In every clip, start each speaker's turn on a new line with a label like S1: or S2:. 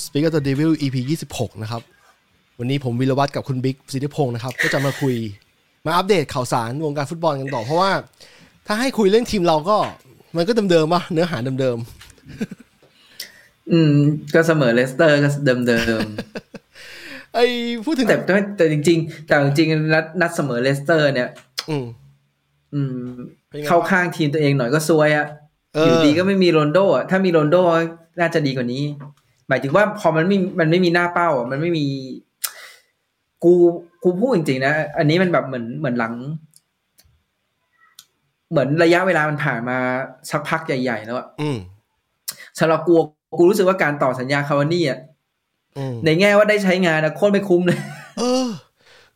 S1: Speak of the Devil EP 26 นะครับ วันนี้ผมวิรวัตรกับคุณบิ๊กสิทธิพงศ์นะครับ ก็จะมาคุยมาอัปเดตข่าวสารวงการฟุตบอลกันต่อ เพราะว่า ถ้าให้คุยเรื่องทีมเราก็ มันก็เดิมๆว่ะเนื้อหาเดิม
S2: อืม ก็เสมอเลสเตอร์ก็เดิมเดิม
S1: ๆไอ้พูดถึง
S2: ๆแต่ แต่แต่จริง ๆ แต่จริงๆนัดนัดเสมอเลสเตอร์ เนี่ย
S1: อืม
S2: อืม
S1: เป็นไง
S2: เข้าข้างทีมตัวเองหน่อยก็ซวยอะ
S1: เอ
S2: อยู่
S1: อ
S2: ดีก็ไม่มีโรนโดอะถ้ามีโรนโดน่าจะดีกว่านี้ หมายถึงว่าพอมันไม่มันไม่มีหน้าเป้าอะมันไม่มี กูกูพูดจริงๆนะอันนี้มันแบบเหมือนเหมือนหลัง เหมือนระยะเวลามันผ่านมาสักพักใหญ่ๆแล้วอะ
S1: อืม
S2: สำหรับกูกูรู้สึกว่าการต่อสัญญาคาวานี่อะ
S1: อืม
S2: ในแง่ว่าได้ใช้งานนะโคตรไม่คุ้มเลย
S1: เออ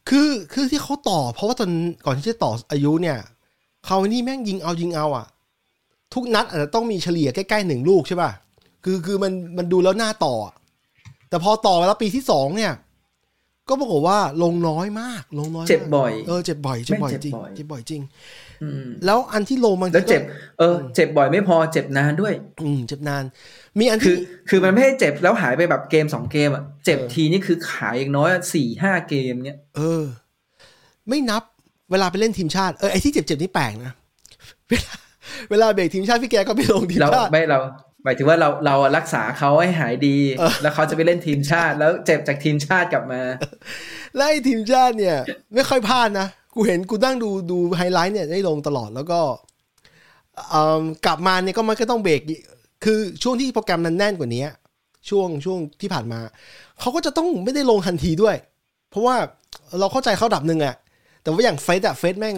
S1: คือ คือที่เขาต่อ เพราะว่าตอนก่อนที่จะต่ออายุเนี่ย เขาวนี่แม่งยิงเอายิงเอาอ่ะ ทุกนัดอาจจะต้องมีเฉลี่ยใกล้ๆหนึ่งลูกใช่ป่ะ คือ คือมัน มันดูแล้วหน้าต่ออะแต่พอต่อมาแล้วปีที่สองเนี่ย ก็ปรากฏว่าลงน้อยมาก ลงน้อยมาก
S2: เจ็บบ่อย
S1: เออ เจ็บบ่อย เจ็บบ่อย
S2: แม่ง
S1: จ
S2: เจ็
S1: ริ
S2: บ
S1: ง
S2: บ่อย
S1: เจ็บบ่อยจริง
S2: อืม
S1: แล้วอันที่ลงมันก็
S2: แล้วเจ็บ เออ เจ็บบ่อยไม่พอเจ็บนานด้วย
S1: อืม เจ็บนาน มีอัน
S2: คื
S1: ที่
S2: อ คือมันไม่ให้เจ็บแล้วหายไปแบบเกมสองเกมอะเจ็บ
S1: เออ
S2: ทีนี่คือขายอย่างน้อยสี่ห้าเกมเนี้ย
S1: เออ ไม่นับเวลาไปเล่นทีมชาติเออไอ้ที่เจ็บๆนี่แปลกนะเวลาเวลาเบรกทีมชาติพี่แกก็ไปลงทีม
S2: เรา
S1: ชาติ
S2: ไม่เรา หมายถึงว่าเราเรารักษาเขาให้หายดี
S1: เออ
S2: แล้วเขาจะไปเล่นทีมชาติ แล้วเจ็บจากทีมชาติกลับมา
S1: และไอ้ทีมชาติเนี่ย ไม่ค่อยพลาดนะ กูเห็นกูนั่งดูดูไฮไลท์เนี่ยได้ลงตลอดแล้วก็เอิ่มกลับมาเนี่ยก็มันก็ต้องเบรกอีกคือช่วงที่โปรแกรมมันแน่นกว่านี้ ช่วงช่วงที่ผ่านมา เขาก็จะต้องไม่ได้ลงทันทีด้วย เพราะว่าเราเข้าใจเขาดับหนึ่งอะแต่ว่าอย่างเฟสอะเฟสแม่ง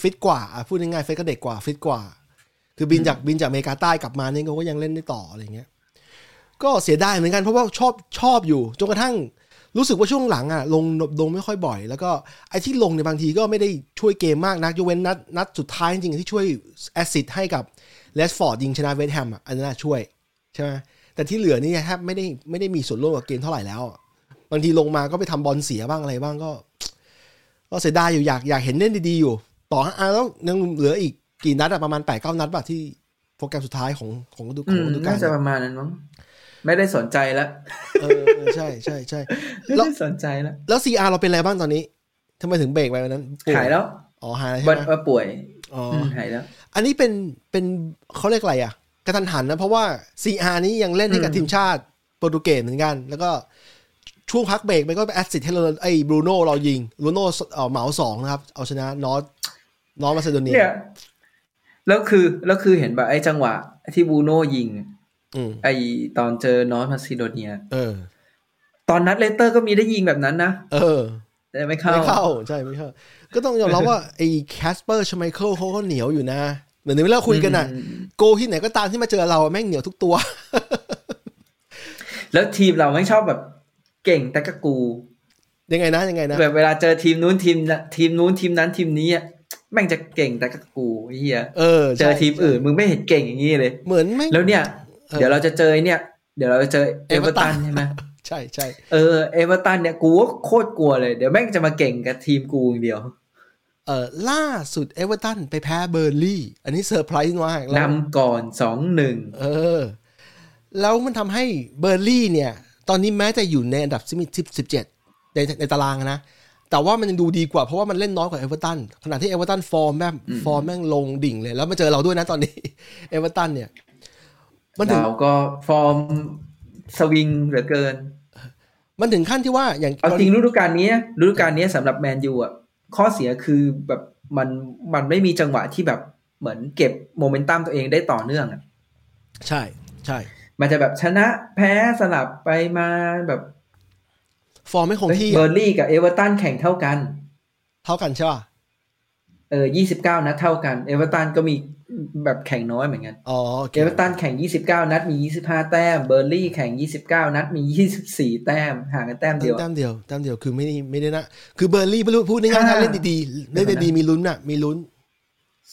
S1: ฟิตกว่าอะพูดง่ายๆเฟสก็เด็กกว่าฟิตกว่า คือบินจากบินจากอเมริกาใต้กลับมาเนี่ยเขาก็ยังเล่นได้ต่ออะไรเงี้ย ก็เสียดายเหมือนกันเพราะว่าชอบชอบอยู่จนกระทั่ง รู้สึกว่าช่วงหลังอ่ะลงลงไม่ค่อยบ่อย แล้วก็ไอ้ที่ลงเนี่ยบางทีก็ไม่ได้ช่วยเกมมากนักยกเว้นนัดนัดสุดท้ายจริงๆที่ช่วยแอสซิสต์ให้กับเลสฟอร์ดยิงชนะเวสต์แฮมอ่ะอันนั้นนะช่วยใช่ไหมแต่ที่เหลือนี่แทบไม่ได้ไม่ได้มีส่วนร่วมกับเกมเท่าไหร่แล้วอะบางทีลงมาก็ไปทำบอลเสียบ้างอะไรบ้างก็ ก็เสียดายอยู่อยากอยากเห็นเล่นดีๆอยู่ ต่อให้อ่ะแล้วยังเหลืออีกกี่นัดอะประมาณ8ปดเก้านัดป่ะที่โปรแกรมสุดท้ายของของฤดู
S2: อื
S1: ของ
S2: ม
S1: ฤดูกา
S2: น่า
S1: ล
S2: จะประมาณนั้นมั้งไม่ได้สนใจแล้ว
S1: เออเออใช่ใช่ใช่
S2: ไม่
S1: แล้ว
S2: ได้สนใจแล้ว
S1: แล้ว CR เราเป็นอะไรบ้างตอนนี้ทำไมถึงเบรกไปวันนั้นป่
S2: หายแล้ว
S1: อ๋อหายแล้ว
S2: วั
S1: ใช่
S2: น
S1: ไหม
S2: ว่าป่วย
S1: อ๋ออ
S2: มหายแล้ว
S1: อันนี้เป็นเป็นเขาเรียกอะไรอ่ะ กระทันหันนะ เพราะว่า CR นี้ยังเล่นให้กับ
S2: อืม
S1: ทีมชาติโปรตุเกสเหมือนกัน แล้วก็ช่วงพักเบรกมันก็ไปแอสซิดให้เราไอ้บรูโน่เรายิงบรูโน่เอ่อเหมาสองนะครับ เอาชนะนอร์นอร์มาซิโดเนีย
S2: เนี่ยแล้วคือแล้วคือเห็นแบบไอ้จังหวะที่บูโน่ยิง
S1: อืม
S2: ไอตอนเจอนอร์ทมาซิโดเนีย
S1: เออ
S2: ตอนนัดเลสเตอร์ก็มีได้ยิงแบบนั้นนะ
S1: เออ
S2: แต่ไม่เข้า
S1: ไม่เข้าใช่ไม่เข้า ก็ต้องยอมรับว่า ไอ้แคสเปอร์ชไมเคิลเขาก็เหนียวอยู่นะ เหมือนที่เราคุยกันน่ะ
S2: อืม
S1: โกที่ไหนก็ตามที่มาเจอเราแม่งเหนียวทุกตัว
S2: แล้วทีมเราไม่ชอบแบบเก่งแต่กะกู
S1: ยังไงนะยังไงนะ
S2: แบบเวลาเจอทีมนู้นทีมนะทีมนู้นทีมนั้นทีมนี้อ่ะแม่งจะเก่งแต่กะกูไอ้เฮีย
S1: เออ
S2: เจ
S1: ใช่
S2: อทีมอื่นมึงไม่เห็นเก่งอย่างนี้เลย
S1: เหมือนไม่ง
S2: แล้วเนี่ย
S1: เออ
S2: เดี๋ยวเราจะเจอไอ้เนี่ย เดี๋ยวเราจะเจอเอเวอร์ตัน
S1: Everton
S2: ใช่ไหม
S1: ใช่ใช่
S2: เออเอเวอร์ตันเนี่ยกูก็โคตรกลัวเลยเดี๋ยวแม่งจะมาเก่งกับทีมกูอย่างเดียว
S1: เออล่าสุดเอเวอร์ตันไปแพ้เบอร์ลี่ อันนี้เซอร์ไพรส์มากแล้ว
S2: นำก่อนสองหนึ่ง
S1: เออ แล้วมันทำให้เบอร์ลี่เนี่ย ตอนนี้แม้จะอยู่ในอันดับสิบสิบเจ็ดในในตารางนะ แต่ว่ามันยังดูดีกว่าเพราะว่ามันเล่นน้อยกว่าเอเวอร์ตันขณะที่เอเวอร์ตันฟอร์มแม่งฟอร์มแม่งลงดิ่งเลย แล้วมาเจอเราด้วยนะตอนนี้ เอเวอร์ตันเนี่ย มันถึง
S2: เราก็ฟอร์มสวิงเหลือเกิน
S1: มันถึงขั้นที่ว่าอย่าง
S2: เอาจริงฤดูกาลนี้ฤดูกาลนี้สำหรับแมนยูอ่ะข้อเสียคือแบบมันมันไม่มีจังหวะที่แบบเหมือนเก็บโมเมนตัมตัวเองได้ต่อเนื่องอ่ะ
S1: ใช่ใช่
S2: มันจะแบบชนะแพ้สลับไปมาแบบ
S1: ฟอร์มไม่คงที่
S2: เบอ
S1: อะ
S2: ร์ลี่กับเอเวอร์ตันแข่งเท่ากัน
S1: เท่ากันใช่ป่ะ
S2: เออ29 นัดเท่ากันเอเวอร์ตันก็มีแบบแข่งน้อยเหมือนกัน
S1: อ๋อโอเค
S2: เอเวอร์ตันแข่ง 29 นัดมี 25 แต้มเบอร์ลี่แข่ง 29 นัดมี 24 แต้มห่างกันแต้มเดียว
S1: แต้มเดียวแต้มเดียวคือไม่ได้ไม่ได้นะ คือเบอร์ลี่ไม่รู้พูดง่ายๆ
S2: ห้า
S1: ถ้าเล่นดีๆ เล่นดีๆมีลุ้นน่ะ มีลุ้น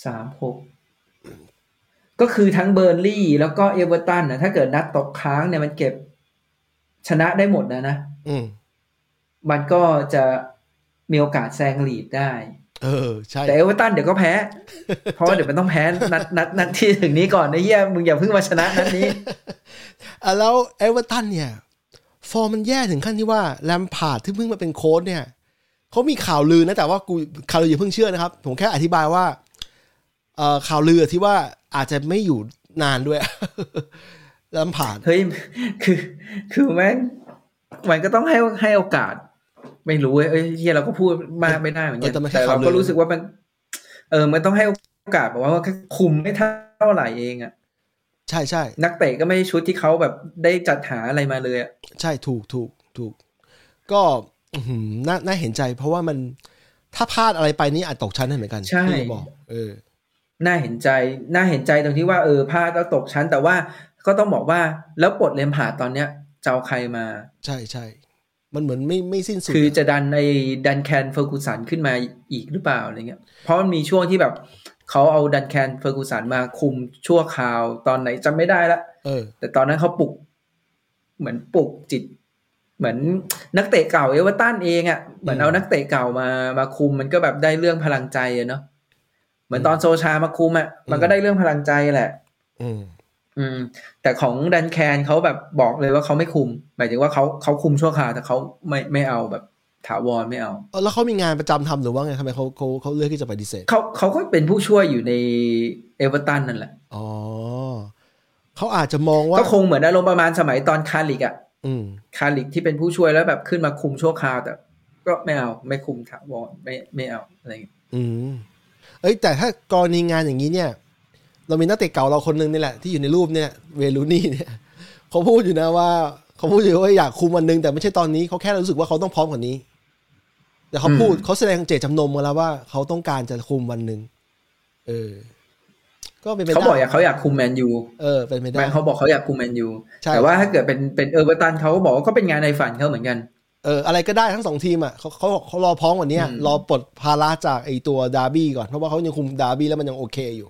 S2: สามหกก็คือทั้งเบอร์นลี่แล้วก็เอเวอร์ตันนะถ้าเกิดนัดตกค้างเนี่ยมันเก็บชนะได้หมดนะนะ
S1: อืม
S2: มันก็จะมีโอกาสแซงลีดได้
S1: เออ ใช่
S2: แต่เอเวอร์ตันเดี๋ยวก็แพ้ เพราะว่าเดี๋ยวมันต้องแพ้นัดนัดนัดที่ถึงนี้ก่อนนะเฮียมึงอย่าเพิ่งมาชนะนัดนี้
S1: อ่ะแล้วเอเวอร์ตันเนี่ย ฟอร์มมันแย่ถึงขั้นที่ว่าแลมพาร์ดที่เพิ่งมาเป็นโค้ชเนี่ยเขามีข่าวลือนะแต่ว่ากูข่าวลืออย่าเพิ่งเชื่อนะครับ ผมแค่อธิบายว่าเอ่อข่าวลือที่ว่าอาจจะไม่อยู่นานด้วย แลมพาร์ด
S2: เฮ้ย คือ คือแม่งมันก็ต้องให้ให้โอกาส ไม่รู้เว้ยเอ้ยเฮียเราก็พูดมากไม่ได้เหมือนกันแต่เราก็รู้สึกว่ามัน เออ มันต้องให้โอกาสบอกว่ามันคุมไม่เท่าไหร่เองอะ
S1: ใช่ใช่
S2: นักเตะก็ไม่ใช่ชุดที่เขาแบบได้จัดหาอะไรมาเลยอะ
S1: ใช่ถูกถูกถูก ก็อื้อหือน่าน่าเห็นใจ เพราะว่ามันถ้าพลาดอะไรไปนี่อาจตกชั้นได้เหมือนกันที่จะบอกเออ
S2: น่าเห็นใจ น่าเห็นใจตรงที่ว่าเออพลาดแล้วตกชั้น แต่ว่าก็ต้องบอกว่าแล้วปลดเลมผ่าร์ดตอนเนี้ยจะเอาใครมา
S1: ใช่ใช่ มันเหมือนไม่ไม่สิ้นสุด
S2: คือ
S1: นะ
S2: จะดันไอ้ดันแคนเฟอร์กูสันขึ้นมาอีกหรือเปล่าอะไรเงี้ย เพราะมันมีช่วงที่แบบเขาเอาดันแคนเฟอร์กูสันมาคุมชั่วคราวตอนไหนจำไม่ได้ละ
S1: เออ
S2: แต่ตอนนั้นเขาปลุก เหมือนปลุกจิต เหมือนนักเตะเก่าเอเวอร์ตันเองอะ่ะเหมือน
S1: อืม
S2: เอานักเตะเก่ามามาคุม มันก็แบบได้เรื่องพลังใจอะเนาะเหมือนตอนโซชามาคุมอะ่ะมันก็ได้เรื่องพลังใจแหละ
S1: อืม
S2: อืม แต่ของดันแคนเขาแบบบอกเลยว่าเขาไม่คุม หมายถึงว่าเขาเขาคุมชั่วคราวแต่เขาไม่ไม่เอาแบบถาวรไม่เอา
S1: เออแล้วเขามีงานประจำทำหรือว่าไงทำไมเขาเขาเขาเลือกที่จะปฏิเสธ
S2: เขาเขาก็เป็นผู้ช่วยอยู่ในเอเวอร์ตันนั่นแหละ
S1: อ๋อเขาอาจจะมองว่า
S2: ก็คงเหมือนอารมณ์ประมาณสมัยตอนคาริกอะ
S1: อืม
S2: คาริกที่เป็นผู้ช่วยแล้วแบบขึ้นมาคุมชั่วคราวแต่ก็ไม่เอาไม่คุมถาวรไม่ไม่เอาอะไรอย่างเงี้ย
S1: อืมเอ้ยแต่ถ้ากรณีงานอย่างนี้เนี่ย เรามีนักเตะเก่าเราคนหนึ่งนี่แหละที่อยู่ในรูปเนี่ยเวลูนี่เนี่ยเขาพูดอยู่นะว่าเขาพูดอยู่ว่าอยากคุมวันหนึ่งแต่ไม่ใช่ตอนนี้เขาแค่รู้สึกว่าเขาต้องพร้อมกว่านี้ แต่เขาพูดเขาแสดงเจตจำนงมาแล้วว่าเขาต้องการจะคุมวันหนึ่งเออ ก็เป็นไป
S2: เขา
S1: ได้
S2: บอกอยากเขาอยากคุมแมนยู
S1: เออเป็นไปได้
S2: แมนเขาบอกเขาอยากคุมแมนยู
S1: ใช่
S2: แต่ว่าถ้าเกิดเป็นเป็นเอเวอร์ตันเขาก็บอกว่าก็เป็นงานในฝันเขาเหมือนกัน
S1: เอออะไรก็ได้ทั้งสองทีมอ่ะเขาเขาเขารอพร้อมกว่านี้
S2: อืม
S1: รอปลดภาระจากไอตัวดาร์บี้ก่อน เพราะว่าเขายังคุมดาร์บี้แล้วมันยังโอเคอยู่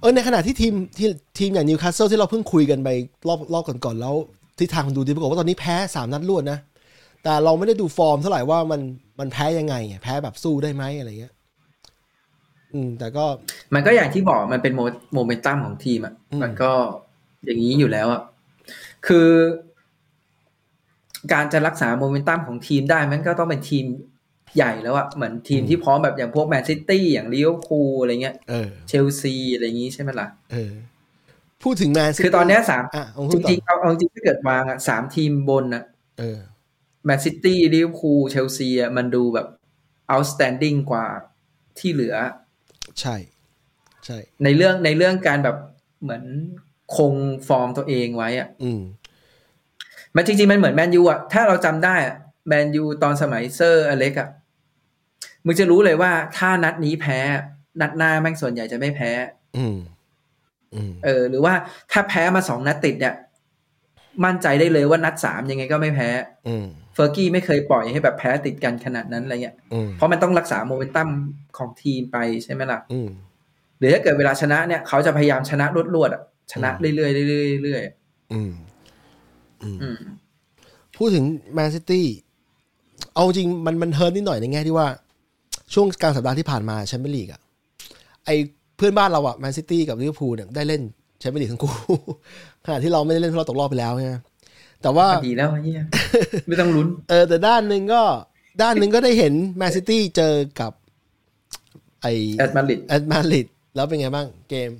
S1: เออในขณะที่ทีมที่ทีมอย่างนิวคาสเซิลที่เราเพิ่งคุยกันไปรอบรอบก่อนๆแล้วทิศทางมันดูดีปรากฏว่าตอนนี้แพ้สามนัดรวดนะ แต่เราไม่ได้ดูฟอร์มเท่าไหร่ว่ามันมันแพ้ยังไงอะแพ้แบบสู้ได้ไหมอะไรเงี้ยอืม แต่ก็
S2: มันก็อย่างที่บอกมันเป็นโมโมเมนตัมของทีมอ่ะ
S1: อืม
S2: มันก็อย่างนี้อยู่แล้วอ่ะ คือการจะรักษาโมเมนตัมของทีมได้ มันก็ต้องเป็นทีมใหญ่แล้วอ่ะ เหมือนทีมที่พร้อมแบบอย่างพวกแมนซิตี้อย่างลิเวอร์พูลอะไรเงี้ย
S1: เออ
S2: เชลซีอะไรอย่างนี้ใช่ไหมล่ะ
S1: เออ พูดถึงแมนซิตี้
S2: คือตอนเนี้ยสาม
S1: อ่ะเอา
S2: จ
S1: พูดต่อ
S2: ริงๆเอาเอาจริงถ้าเกิดวางอ่ะสามทีมบนอ่ะ
S1: เออ
S2: แมนซิตี้ลิเวอร์พูลเชลซีอ่ะมันดูแบบ outstanding กว่าที่เหลือ
S1: ใช่ ใช่
S2: ในเรื่องในเรื่องการแบบเหมือนคงฟอร์มตัวเองไว้อะ
S1: อืม
S2: มันจริงๆ มันเหมือนแมนยูอะถ้าเราจำได้อะแมนยูตอนสมัยเซอร์อเล็กอะมึงจะรู้เลยว่าถ้านัดนี้แพ้ นัดหน้าแม่งส่วนใหญ่จะไม่แพ้
S1: อืม อืม
S2: เออ หรือว่าถ้าแพ้มาสองนัดติดเนี่ย มั่นใจได้เลยว่านัดสามยังไงก็ไม่แพ้
S1: อืม
S2: เฟอร์กี้ไม่เคยปล่อยให้แบบแพ้ติดกันขนาดนั้นอะไรเงี้ย
S1: อืม
S2: เพราะมันต้องรักษาโมเมนตัมของทีมไปใช่ไหมล่ะ
S1: อืม
S2: หรือถ้าเกิดเวลาชนะเนี่ยเขาจะพยายามชนะรวดๆอะชนะเรื่อยๆเรื่อยๆเรื่อย
S1: อืม
S2: ๆอืม
S1: พูดถึงแมนซิตี้ เอาจริงมันมันเฮิร์ตนิดหน่อยในแง่ที่ว่า ช่วงกลางสัปดาห์ที่ผ่านมาแชมเปี้ยนลีกอะไอเพื่อนบ้านเราอะแมนซิตี้กับลิเวอร์พูลเนี่ยได้เล่นแชมเปี้ยนลีกทั้งคู่ ขณะที่เราไม่ได้เล่นเพราะเราตกรอบไปแล้วใช่ไหมแต่ว่า
S2: ดีแล้วไอ้เฮีย ไม่ต้องลุ้น
S1: เออแต่ด้านหนึ่งก็ด้านหนึ่งก็ได้เห็นแมนซิตี้เจอกับ ไอ
S2: แอดมาริด
S1: แอดมาดริดแล้วเป็นไงบ้างเกม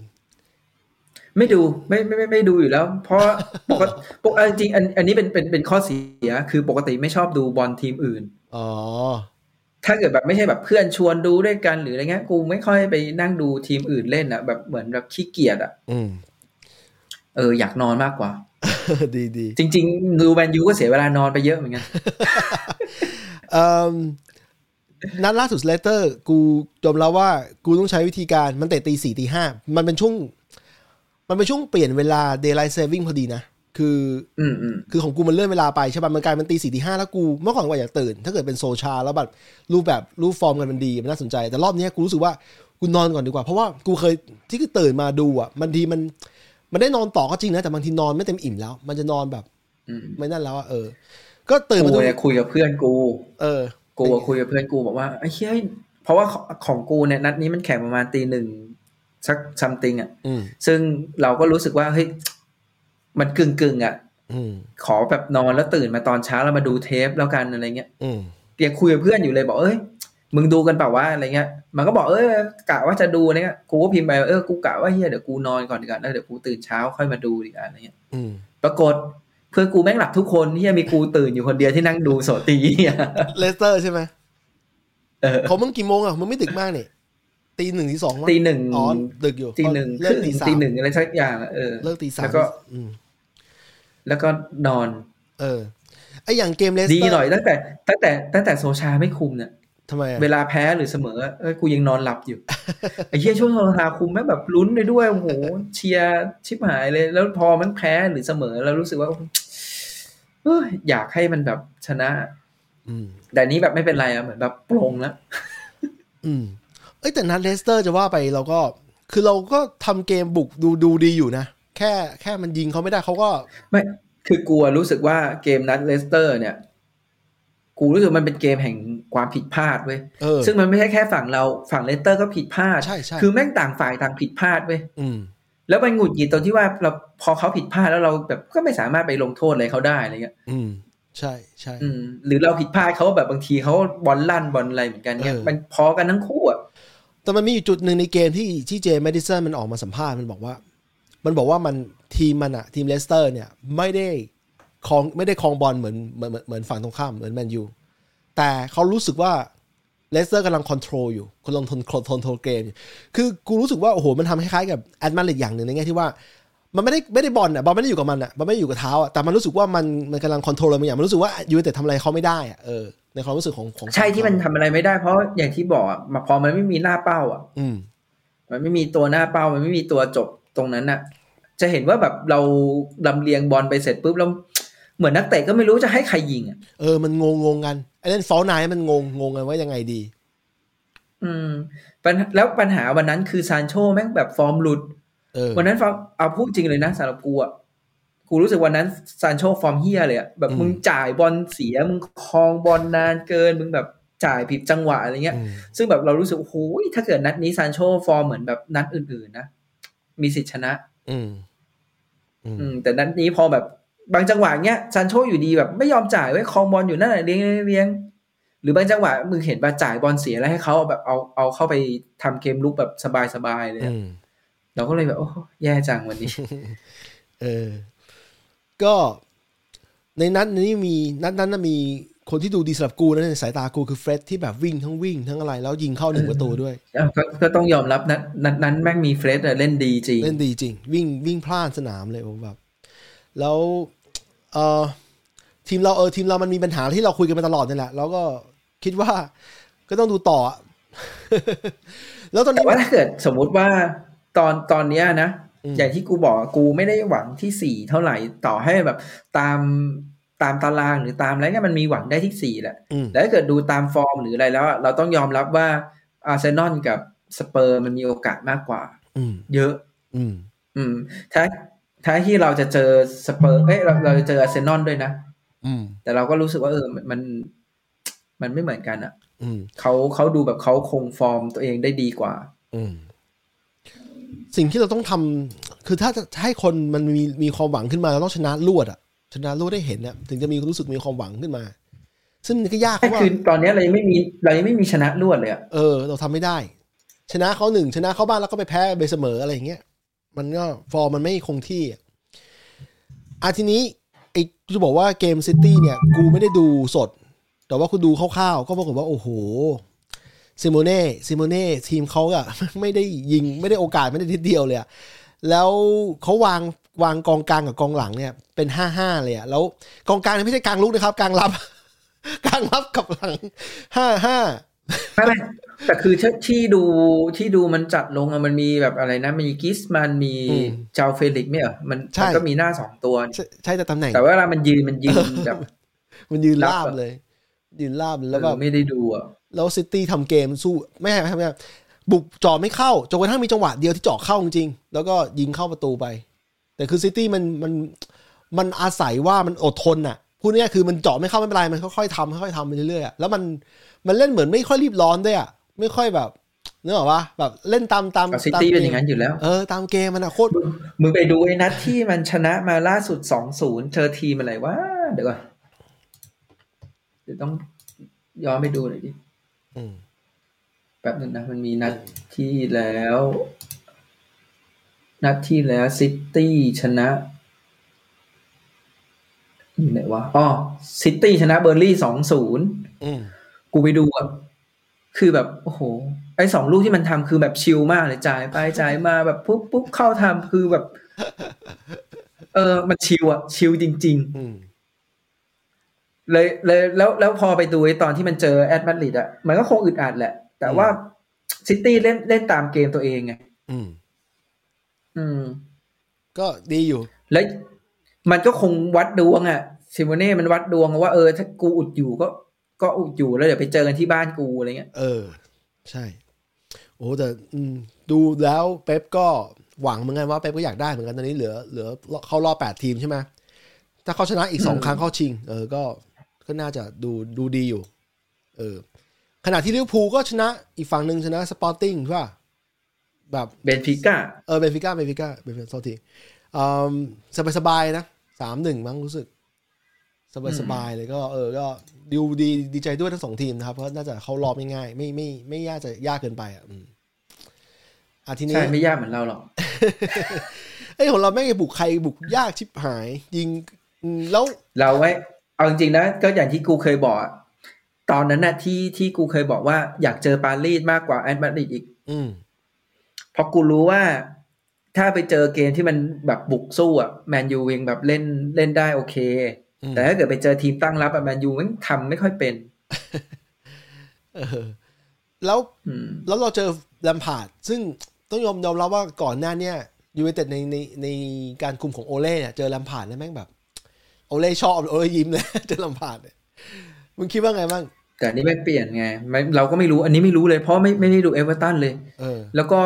S2: ไม่ดูไม่ไม่ไม่ไม่ดูอยู่แล้ว เพราะ ปกติปกเอาจริงอันอันนี้เป็นเป็นเป็นข้อเสียคือปกติไม่ชอบดูบอลทีมอื่น
S1: อ๋อ
S2: ถ้าเกิดแบบไม่ใช่แบบเพื่อนชวนดูด้วยกันหรืออะไรเงี้ยกูไม่ค่อยไปนั่งดูทีมอื่นเล่นอ่ะแบบเหมือนแบบขี้เกียจอ่ะ
S1: อืม
S2: เอออยากนอนมากกว่า
S1: ดีดี
S2: จริง ๆ ดูแมนยูก็เสียเวลานอนไปเยอะเหมือนกัน
S1: เอิ่มนัดล่าสุดเลเตอร์ กูยอมรับว่ากูต้องใช้วิธีการมันเตะตีสี่ตีห้ามันเป็นช่วง มันเป็นช่วงเปลี่ยนเวลา daylight saving พอดีนะ คือ
S2: อืมอืม
S1: คือของกูมันเลื่อนเวลาไปใช่ป่ะมันกลายเป็นตีสี่ตีห้าแล้วกูเมื่อก่อนกว่าอยากตื่น ถ้าเกิดเป็นโซชาแล้วแบบรูปแบบรูปฟอร์มกันมันดีมันน่าสนใจ แต่รอบเนี้ยกูรู้สึกว่ากูนอนก่อนดีกว่า เพราะว่ากูเคยที่คือตื่นมาดูอ่ะบางทีมัน มันได้นอนต่อก็จริงนะแต่บางทีนอนไม่เต็มอิ่มแล้ว มันจะนอนแบบ
S2: อืม
S1: ไม่นั่นแล้วอะเออ ก็ตื่นมา
S2: กู
S1: ดู
S2: เนี่ยคุยกับเพื่อนกู
S1: เออ
S2: กูอะคุยกับเพื่อนกูบอกว่าไอ้เฮ้ยเพราะว่าของของกูเนี่ยนัดนี้มันแข่งประมาณตีหนึ่งสักซัมติงอ่ะ
S1: อืม
S2: ซึ่งเราก็รู้สึกว่าเฮ้ย มันกึ่งกึ่งๆอ่ะ
S1: อืม
S2: ขอแบบนอนแล้วตื่นมาตอนเช้าแล้วมาดูเทปแล้วกันอะไรเงี้ย
S1: อืม
S2: ยังคุยกับเพื่อนอยู่เลยบอกเอ้ยมึงดูกันเปล่าวะอะไรเงี้ย มันก็บอกเอ้ยกะว่าจะดูอะไรเงี้ยกูก็พิมพ์ไปว่าเออกูกะว่าเฮียเดี๋ยวกูนอนก่อนดีกว่าแล้วเดี๋ยวกูตื่นเช้าค่อยมาดูดีกว่าอะไรเงี้ย
S1: อืม
S2: ปรากฏเพื่อนกูแม่งหลับทุกคนเฮียมีกูตื่นอยู่คนเดียวที่นั่งดูโสตี เหี้ย
S1: เลสเตอร์ใช่ไหม
S2: เออ
S1: ของมึงกี่โมงอ่ะมึงไม่ดึกมากเนี่ยตีหนึ่งตีสองวะ
S2: ตีหนึ่ง
S1: อ๋อดึกอยู่
S2: ตีหนึ่ง
S1: เลิก
S2: ครึ่ง
S1: ตีสาม
S2: ตีหนึ่งอะไรสักอย่างอะเออ
S1: เลิกตีสาม
S2: แล้วก็
S1: อืม
S2: แล้วก็นอน
S1: เออไออย่างเกมเลสเตอร์
S2: ดีหน่อยตั้งแต่ตั้งแต่ตั้งแต่โซชาไม่คุมเนี่ย
S1: ทำไมอะ
S2: เวลาแพ้หรือเสมอเอ้ยกูยังนอนหลับอยู่ ไอ้เหี้ยช่วงโซทาคุมแม่งแบบลุ้นไปด้วยโอ้โหเชียร์ชิบหายเลย แล้วพอมันแพ้หรือเสมอเรารู้สึกว่าเอ้ยอยากให้มันแบบชนะ
S1: อืม
S2: แต่นี้แบบไม่เป็นไรอะเหมือนแบบปลงแล้ว
S1: อืม เอ้ยแต่นัดเลสเตอร์จะว่าไปเราก็ คือเราก็ทำเกมบุกดูดูดีอยู่นะ แค่แค่มันยิงเขาไม่ได้เขาก็
S2: ไม่คือกลัวรู้สึกว่าเกมนัดเลสเตอร์ เนี่ย กูรู้สึกมันเป็นเกมแห่งความผิดพลาดเว้ย
S1: เออ
S2: ซึ่งมันไม่ใช่แค่ฝั่งเราฝั่งเลสเตอร์ก็ผิดพลาด
S1: ใช่ใช่
S2: คือแม่งต่างฝ่ายต่างผิดพลาดเว้ย
S1: อืม
S2: แล้วมันหงุดหงิดตรงที่ว่าเราพอเขาผิดพลาดแล้วเราแบบก็ไม่สามารถไปลงโทษอะไรเขาได้อะไรเงี้ย
S1: อืม ใช่ใช่
S2: อืมหรือเราผิดพลาดเขาแบบบางทีเขาบอลลั่นบอลอะไรเหมือนกันเนี่ย
S1: เออ
S2: มันพอกันทั้งคู่อ่ะ
S1: แต่มันมีอยู่จุดหนึ่งในเกมที่ที่เจมดิสันมันออกมาสัมภาษณ์มันบอกว่า มันบอกว่ามันทีมมันอะทีมเลสเตอร์เนี่ย ไม่ได้ครองไม่ได้ครองบอลเหมือนเหมือนเหมือนเหมือนฝั่งตรงข้ามเหมือนแมนยูแต่เขารู้สึกว่าเลสเตอร์กำลังคอนโทรลอยู่กำลังทนคอนโทรลเกมอยู่คือกูรู้สึกว่า โอ้โห มันทำคล้ายๆกับแอดมาริดอย่างหนึ่งในแง่ที่ว่า มันไม่ได้ไม่ได้บอลอ่ะบอลไม่ได้อยู่กับมันอ่ะบอลไม่ได้อยู่กับเท้าอ่ะแต่มันรู้สึกว่ามันมันกำลังคอนโทรลอะไรบางอย่างมันรู้สึกว่ายูไนเต็ดทำอะไรเขาไม่ได้อ่ะเออในความรู้สึกของของ
S2: ใช่ที่มันทำอะไรไม่ได้เพราะอย่างที่บอกอะมาพอมันไม่มีหน้าเป้าอ่ะ
S1: อืม
S2: มันไม่มีตัวหน้าเป้ามันไม่มีตัวจบตรงนั้นอ่ะ จะเห็นว่าแบบเราลำเลียงบอลไปเสร็จปุ๊บแล้วเหมือนนักเตะก็ไม่รู้จะให้ใครยิงอ่ะ
S1: เออ มันงงงงกันไอ้เล่นฟอลนายมันงงงงกันว่ายังไงดี
S2: อืมปัญหาแล้วปัญหาวันนั้นคือซานโชแม่งแบบฟอร์มหลุด
S1: เออ
S2: วันนั้นฟอร์มเอาพูดจริงเลยนะสำหรับกูอ่ะกูรู้สึกวันนั้นซานโชฟอร์มเฮียเลยอ่ะแบบ
S1: อืม
S2: มึงจ่ายบอลเสียมึงคลองบอลนานเกิน มึงแบบจ่ายผิดจังหวะอะไรเงี้ย
S1: อืม
S2: ซึ่งแบบเรารู้สึกโอ้โหถ้าเกิดนัดนี้ซานโชฟอร์มเหมือนแบบนัดอื่นๆนะมีสิทธิชนะ
S1: อืมอื
S2: อื
S1: ม
S2: มแต่นัดนี้พอแบบบางจังหวะเงี้ยซานโชอยู่ดีแบบไม่ยอมจ่ายไว้ยคลองบอลอยู่นั่นแหละเลี้ยงเลี้ยงเลี้ยงหรือบางจังหวะมึงเห็นว่าจ่ายบอลเสียแล้วให้เขาเอาแบบเอาเอาเข้าไปทำเกมลุกแบบสบายๆเลย
S1: อื
S2: อะ
S1: ม
S2: เราก็เลยแบบโอ้โหแย่จังวันนี้
S1: เออ ก็ในนัดนี้มีนัดนั้นน่ะมีคนที่ดูดีสำหรับกูนะในสายตากูคือเฟร็ดที่แบบวิ่งทั้งวิ่งทั้งอะไร แล้วยิงเข้าหนึ่งประตูด้วย
S2: เอ้าก็ก็ต้องยอมรับนัดนัดนั้นแม่งมีเฟรดอะเล่นดีจริง
S1: เล่นดีจริง วิ่งวิ่งพลาดสนามเลยผมแบบ แล้วเออทีมเราเออทีมเรามันมีปัญหาที่เราคุยกันมาตลอดนี่แหละ แล้วก็คิดว่าก็ต้องดูต่ออะ แล้วตอน
S2: แต่
S1: นี้
S2: ว่าถ้าเกิดสมมุติว่าตอนตอนเนี้ยนะ
S1: อืม
S2: อย่างที่กูบอกกูไม่ได้หวังที่สี่เท่าไหร่ต่อให้แบบตามตามตารางหรือตามอะไรเนี่ยมันมีหวังได้ที่สี่แหละ
S1: อืม
S2: แล้วถ้าเกิดดูตามฟอร์มหรืออะไรแล้วอะเราต้องยอมรับว่าอาร์เซนอลกับสเปอร์มันมีโอกาสมากกว่า
S1: อืม
S2: เยอะ
S1: อืม
S2: อืมถ้าถ้าที่เราจะเจอสเปอร์เอ้ยเราเราจะเจออาร์เซนอลด้วยนะ
S1: อืม
S2: แต่เราก็รู้สึกว่าเออมันมันไม่เหมือนกันอะ
S1: อืม
S2: เขาเขาดูแบบเขาคงฟอร์มตัวเองได้ดีกว่า
S1: อืม สิ่งที่เราต้องทำคือถ้าจะให้คนมันมีมีความหวังขึ้นมาเราต้องชนะรวดอะชนะรวดได้เห็นเนี่ยถึงจะมีรู้สึกมีความหวังขึ้นมา ซึ่งมันก็ยากเพ
S2: แต่
S1: ราะว่า
S2: คือตอนเนี้ยเรายังไม่มีเรายังไม่มีชนะรวดเลยอะ
S1: เออ เราทำไม่ได้ ชนะเขาหนึ่งชนะเขาบ้านแล้วก็ไปแพ้ไปเสมออะไรอย่างเงี้ยมันก็ฟอร์มมันไม่คงที่อะอ่ะทีนี้ไอ้กูจะบอกว่าเกมซิตี้เนี่ย กูไม่ได้ดูสด แต่ว่ากูดูคร่าวๆก็ปรากฏว่าโอ้โหซิโมเน่ซิโมเน่ทีมเขาอะ ไม่ได้ยิงไม่ได้โอกาสไม่ได้ทีเดียวเลยอะแล้วเขาวางวางกองกลางกับกองหลังเนี่ยเป็นห้าห้าเลยอะแล้วกองกลางเนี่ยไม่ใช่กลางลุกนะครับกลางรับ กลางรับกับหลังห้าห้า
S2: ไม่ไม่แต่คือที่ที่ดูที่ดูมันจัดลงอะมันมีแบบอะไรนะ มีกิสมันมีเจ้าเฟลิกซ์ไม่เหรอมันมันก็มีหน้าสองตัวนี่
S1: ใช่ใช่แต่ตำแหน่ง
S2: แต่ว่าเวลามันยืนมันยืนแบบ
S1: มันยืนลาบเลย ยืนลาบแล้วแบบ
S2: เออไม่ได้ดูอะ
S1: แล้วซิตี้ทำเกมสู้ไม่ใช่ไม่ใช่ไม่ใช่บุกเจ่อไม่เข้าจนกระทั่งมีจังหวะเดียวที่เจ่อเข้าจริงๆแล้วก็ยิงเข้าประตูไป แต่คือซิตี้มันมันมันอาศัยว่ามันอดทนน่ะพูดง่ายๆคือมันเจาะไม่เข้าไม่เป็นไรมันค่อยๆทำค่อยๆทำไปเรื่อยๆอะแล้วมันมันเล่นเหมือนไม่ค่อยรีบร้อนด้วยอ่ะไม่ค่อยแบบ นึกออกปะแบบเล่นตามตาม
S2: ซิ
S1: ตาม
S2: ตี้
S1: เก
S2: เป็นอย่าม งนั้นอยู่แล้ว
S1: เออตามเกมมันอะโคตร
S2: มึงไปดูไอ้นัดที่มันชนะมาล่าสุดสองศูนย์เจอทีมอะไรวะเดี๋ยวก่อนเดี๋ยวต้องย้อนไปดูหน่อยดิ
S1: อืม
S2: แป๊บนึงนะ มันมีนัดที่แล้ว นัดที่แล้วซิตี้ชนะอยู่ไหนวะอ๋อซิตี้ชนะเบอร์ลี่สองศูนย์
S1: อืม
S2: กูไปดูอะคือแบบโอ้โห ไอ้สองลูกที่มันทำคือแบบชิลมากเลยจ่ายไปจ่ายมาแบบปุ๊บปุ๊บเข้าทำคือแบบ เออ มันชิลอะชิลจริง
S1: อืม
S2: ๆ เลยเลยแล้วแล้วพอไปดูไอ้ตอนที่มันเจอแอดมาดริดอะมันก็คงอึดอัดแหละ แต่ว่าซิตี้เล่นเล่นตามเกมตัวเองไง
S1: อืม
S2: อืม
S1: ก็ดีอยู่
S2: แล้วมันก็คงวัดดวงอะซิโมเน่มันวัดดวงว่าเออถ้ากูอุดอยู่ก็ ก็อุดอยู่แล้วเดี๋ยวไปเจอกันที่บ้านกูอะไรเงี้ย
S1: เออ ใช่ โอ้แต่อืมดูแล้วเป๊ปก็หวังเหมือนกันว่าเป๊ปก็อยากได้เหมือนกันตอนนี้เหลือเหลือเข้ารอบแปดทีมใช่ไหมถ้าเขาชนะอีกสอง
S2: อืม
S1: ครั้งเข้าชิง เออก็ก็น่าจะดูดูดีอยู่ เออ ขณะที่ลิเวอร์พูลก็ชนะอีกฝั่งหนึ่งชนะสปอร์ติ้งใช่ป่ะแบบ
S2: เบนฟิก้า
S1: เออเบนฟิก้าเบนฟิก้าเบนฟิก้าโทษทีสบายสบายๆนะสามหนึ่งมั้งรู้สึก สบายสบายๆเลยก็ เออ ก็ดูดีดีใจด้วยทั้งสองทีมนะครับ เพราะน่าจะเข้ารอบง่ายๆไม่ไม่ไม่ยากจะยากเกินไปอ่ะอืมอาทีนี้
S2: ใช่ไม่ยากเหมือนเราหรอก
S1: ไอ้ยของเราแม่งบุกใครบุกยากชิบหาย ยิงอืมแล้ว
S2: เราไว้เอาจริงๆนะก็อย่างที่กูเคยบอกอะตอนนั้นนะที่ที่กูเคยบอกว่าอยากเจอปารีสมากกว่าแอตมาดริดอีก
S1: อืม
S2: เพราะกูรู้ว่า ถ้าไปเจอเกมที่มันแบบบุกสู้อะแมนยูเองแบบเล่นเล่นได้โอเค
S1: อืม
S2: แต่ถ้าเกิดไปเจอทีมตั้งรับอะแมนยูมันทำไม่ค่อยเป็น
S1: เออ แล้ว
S2: อืม
S1: แล้วเราเจอแลมพาร์ดซึ่งต้องยอมยอมรับว่าก่อนหน้าเนี่ยยูไนเต็ดในในในการคุมของโอเล่เนี่ยเจอแลมพาร์ดเนี่ยแม่งแบบโอเล่ชอบโอเล่ยิ้มเลย เจอแลมพาร์ดเนี่ยมึงคิดว่าไงบ้าง
S2: แต่อันนี่ไม่งเปลี่ยนไงไม่เราก็ไม่รู้อันนี้ไม่รู้เลยเพราะไม่ไม่ได้ดูเอเวอร์ตันเลย
S1: เออ
S2: แล้วก็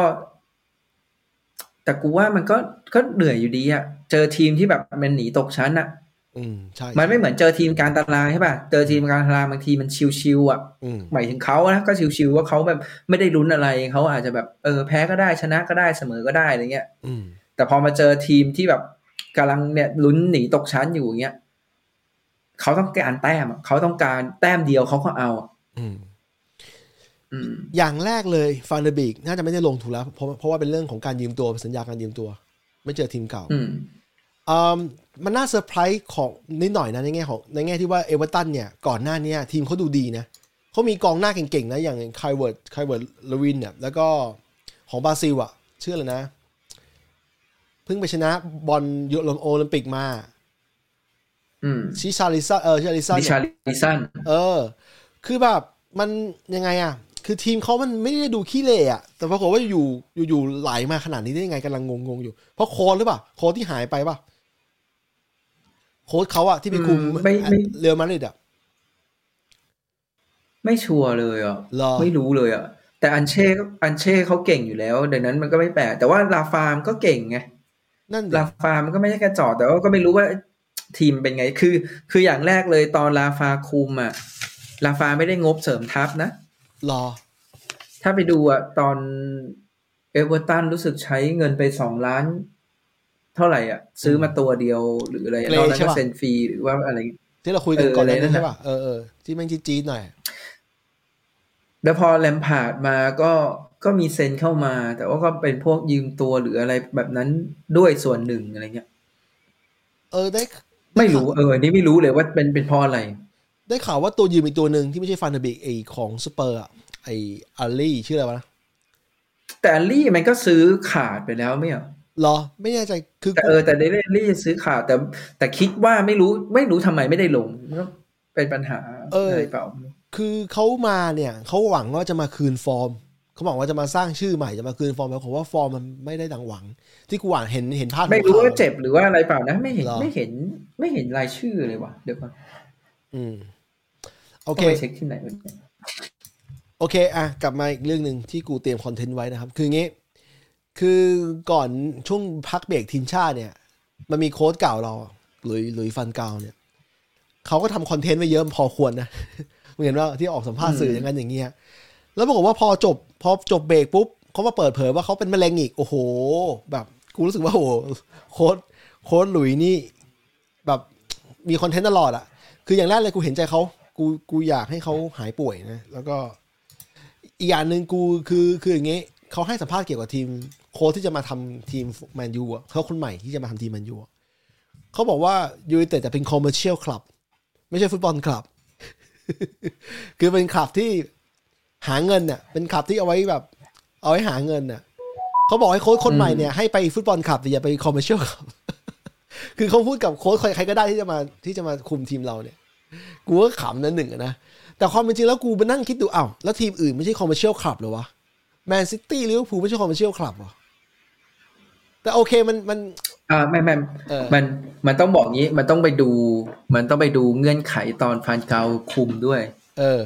S2: แต่กูว่ามันก็ก็เหนื่อยอยู่ดีอะเจอทีมที่แบบมันหนีตกชั้นอะ
S1: อืมใช่
S2: มันไม่เหมือนเจอทีมการตารางใช่ป่ะ เจอทีมการตารางบางทีมันชิวๆอ่ะ
S1: อืม
S2: หมายถึงเขานะก็ชิวๆว่าเขาแบบไม่ได้ลุ้นอะไรเขาอาจจะแบบเออแพ้ก็ได้ชนะก็ได้เสมอก็ได้อะไรเงี้ย
S1: อืม
S2: แต่พอมาเจอทีมที่แบบกำลังเนี่ยลุ้นหนีตกชั้นอยู่อย่างเงี้ยเขาต้องการแต้มอะเขาต้องการแต้มเดียวเขาก็เอาอะ
S1: อืม
S2: อืม
S1: อย่างแรกเลยฟานเดอร์บีกน่าจะไม่ได้ลงถูกแล้วเพราะเพราะว่าเป็นเรื่องของการยืมตัวเป็นสัญญาการยืมตัว ไม่เจอทีมเก่า
S2: อืม
S1: อืมมันน่าเซอร์ไพรส์ของนิดหน่อยนะในแง่ของในแง่ที่ว่าเอเวอร์ตันเนี่ย ก่อนหน้าเนี้ยทีมเขาดูดีนะเขามีกองหน้าเก่งๆนะ อย่างไคเวิร์ดไคเวิร์ดลวินเนี่ย แล้วก็ของบราซิลอ่ะ เชื่อเลยนะ เพิ่งไปชนะบอลยุโรปโอลิมปิกมา
S2: อืม
S1: ชิชาลิซาเออชิชาลิซา
S2: ดิ
S1: เนี่ย
S2: ชาลิสัน
S1: เออ คือแบบมันยังไงอะคือทีมเขามันไม่ได้ดูขี้เละอะแต่ปรากฏว่าอยู่อยู่ๆไหลมาขนาดนี้ได้ยังไงกำลังงงๆอยู่ เพราะโค้ดหรือเปล่า โค้ดที่หายไปป่ะ โค้ดเขาอะที่ไปคุม
S2: ไม่ไม่
S1: เรือลมาดริดอะ
S2: ไม่ชัวร์เลยอ่ะ
S1: เหรอ
S2: ไม่รู้เลยอ่ะ แต่อันเช่ก็อันเช่เขาเก่งอยู่แล้วเดี๋ยวนั้นมันก็ไม่แปลกแต่ว่าลาฟามก็เก่งไง
S1: นั่นดิ
S2: ลาฟามันก็ไม่ใช่กระจอกแต่ว่าก็ไม่รู้ว่าทีมเป็นไง คือ คืออย่างแรกเลยตอนลาฟาคุมอะลาฟาไม่ได้งบเสริมทัพนะ
S1: รอ
S2: ถ้าไปดูอะตอนเอเวอร์ตันรู้สึกใช้เงินไปสองล้าน เท่าไหร่อะซื้อมาตัวเดียวหรืออะไรอะ
S1: เกร
S2: ต
S1: ย์
S2: อนนั้น
S1: ใช่
S2: ก็
S1: ปะ
S2: เซ็นฟรีหรือว่าอะไร
S1: ที่เราคุยกันก่อนหน้า
S2: เออเลยนั่
S1: นั้น
S2: นน่ะ
S1: ใช่ป่ะ เออเออที่แม่งจี๊ดๆหน่อย
S2: แล้วพอแลมพาร์ดมาก็ก็มีเซ็นเข้ามา แต่ว่าก็เป็นพวกยืมตัวหรืออะไรแบบนั้นด้วยส่วนหนึ่งอะไรเงี้ย
S1: เออได้
S2: ไม่รู้เอออันนี่ไม่รู้เลยว่าเป็นเป็นเพราะอะไร
S1: ได้ข่าวว่าตัวยืมอีกตัวหนึ่งที่ไม่ใช่ฟันเดอร์บิกไอของสเปอร์อะไออารีชื่ออะไรวะนะ
S2: แต่อัลลี่มันก็ซื้อขาดไปแล้วไม่เหรอ
S1: เหรอ ไม่แน่ใจคือ
S2: แต่เออแต่เดลิเวอรี่ซื้อขาดแต่แต่คิดว่าไม่รู้ไม่รู้ทำไมไม่ได้ลงก็เป็นปัญหาอะไรเปล่า
S1: คือเขามาเนี่ยเขาหวังว่าจะมาคืนฟอร์มเขาบอกว่าจะมาสร้างชื่อใหม่จะมาคืนฟอร์มแล้วผมว่าฟอร์มมันไม่ได้ดังหวัง ที่กูอ่านเห็นเห็นภาพ
S2: ไม่รู้
S1: ข่
S2: ว่าเจ็บหรือว่าอะไรเปล่านะ ไม่เห็น
S1: เหรอ
S2: ไม่เห็นไม่เห็นรายชื่อเลยว่ะเดี๋ยวก่อน
S1: อืมโอ
S2: ต้อง
S1: เค
S2: ไปเช็คที่ไหนวะเนี่ย
S1: โอเค อ่ะ กลับมาอีกเรื่องหนึ่งที่กูเตรียมคอนเทนต์ไว้นะครับ คืองี้ คือก่อนช่วงพักเบรกทีมชาติเนี่ย มันมีโค้ชเก่าเราหรือหรือฟันเก่าเนี่ย เขาก็ทำคอนเทนต์ไว้เยอะพอควรนะ มึงเห็นว่าที่ออกสัมภาษณ์สื่ออย่างนั้นอย่างเงี้ย แล้วปรากฏว่าพอจบ พอจบเบรกปุ๊บเขามาเปิดเผยว่าเขาเป็นมะเร็งอีก โอ้โห แบบ กูรู้สึกว่าโอ้โหโค้ดโค้ดหลุยนี่ แบบมีคอนเทนต์ตลอดอะคืออย่างแรกเลยกูเห็นใจเขากูกูอยากให้เขาหายป่วยนะ แล้วก็ อีกอย่างหนึ่งกูคือคืออย่างงี้เขาให้สัมภาษณ์เกี่ยวกับทีมโค้ชที่จะมาทำทีมแมนยูอะเขาคนใหม่ที่จะมาทำทีมแมนยูอะเขาบอกว่ายูไนเต็ดจะเป็นคอมเมอร์เชียลคลับ ไม่ใช่ฟุตบอลคลับ คือเป็นคลับที่หาเงินน่ะ เป็นคลับที่เอาไว้แบบ เอาไว้หาเงินน่ะเขาบอกให้โค้ชคนใหม่เนี่ยให้ไปฟุตบอลคลับแต่อย่าไปคอมเมอร์เชียลคลับ คือเขาพูดกับโค้ชใครก็ได้ที่จะมาที่จะมาคุมทีมเราเนี่ย กูก็ขำนั่นหนึ่งอะนะ แต่ความเป็นจริงแล้วกูไปนั่งคิดดูอ้าวแล้วทีมอื่นไม่ใช่คอมเมอร์เชียลคลับหรอวะแมนซิตี้ลิเวอร์พูลไม่ใช่คอมเมอร์เชียลคลับหรอแต่โอเคมันมัน
S2: อ่าไม่ไม่
S1: เออ
S2: มันมันต้องบอกงี้มันต้องไปดู มันต้องไปดูเงื่อนไขตอนฟานเกาคุมด้วย
S1: เออ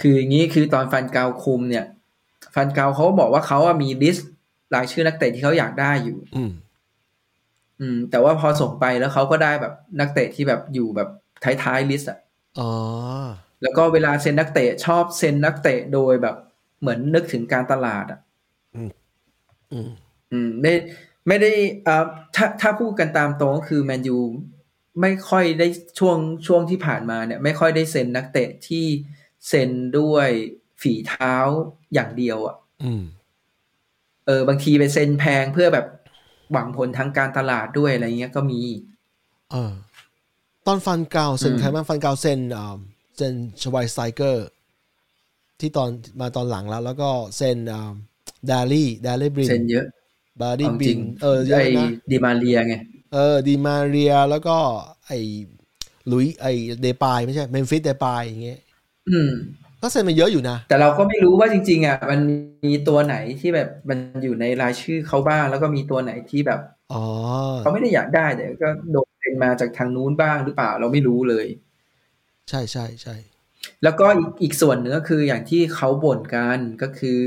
S2: คืออย่างนี้คือตอนฟันเกาคุมเนี่ย ฟันเกาเขาบอกว่าเขาอะมีลิสต์รายชื่อนักเตะที่เขาอยากได้อยู่
S1: อืม
S2: อืม แต่ว่าพอส่งไปแล้วเขาก็ได้แบบนักเตะที่แบบอยู่แบบท้ายๆลิสต์อะ
S1: อ๋อ
S2: แล้วก็เวลาเซ็นนักเตะชอบเซ็นนักเตะโดยแบบเหมือนนึกถึงการตลาดอะ
S1: อืม
S2: อืมไม่ไม่ได้อ่าถ้าถ้าพูดกันตามตรงก็คือแมนยูไม่ค่อยได้ช่วงช่วงที่ผ่านมาเนี่ย ไม่ค่อยได้เซ็นนักเตะที่เซ็นด้วยฝีเท้าอย่างเดียวอะ
S1: อืม
S2: เออบางทีไปเซ็นแพงเพื่อแบบหวังผลทางการตลาดด้วยอะไรเงี้ยก็มี
S1: เออ ตอนฟันเกาวเซ็น
S2: อืม
S1: ใครบ้างฟันเกาวเซ็นอ่าเซ็นชไวสไตเกอร์ ที่ตอนมาตอนหลังแล้ว แล้วก็เซ็นอ่าดารี่ดารี่บริน
S2: เซ็นเยอะ
S1: บารี่
S2: เอา
S1: บริ
S2: จริง
S1: นเออเยอะ
S2: ไอ้
S1: นะ
S2: ดีมาเรียไง
S1: เออดีมาเรียแล้วก็ไอ้หลุยไอ้เดปายไม่ใช่เมมฟิสเดปายอย่างเงี้ย
S2: อืม
S1: ก็เซ็นมาเยอะอยู่นะ
S2: แต่เราก็ไม่รู้ว่าจริง ๆอ่ะมันมีตัวไหนที่แบบมันอยู่ในรายชื่อเขาบ้าง แล้วก็มีตัวไหนที่แบบ
S1: อ๋อ
S2: เขาไม่ได้อยากได้แต่ก็โดนเซ็นมาจากทางนู้นบ้างหรือเปล่า เราไม่รู้เลย
S1: ใช่ใช่ใช่
S2: แล้วก็อีกอีกส่วนหนึ่งก็คืออย่างที่เขาบ่นกันก็คือ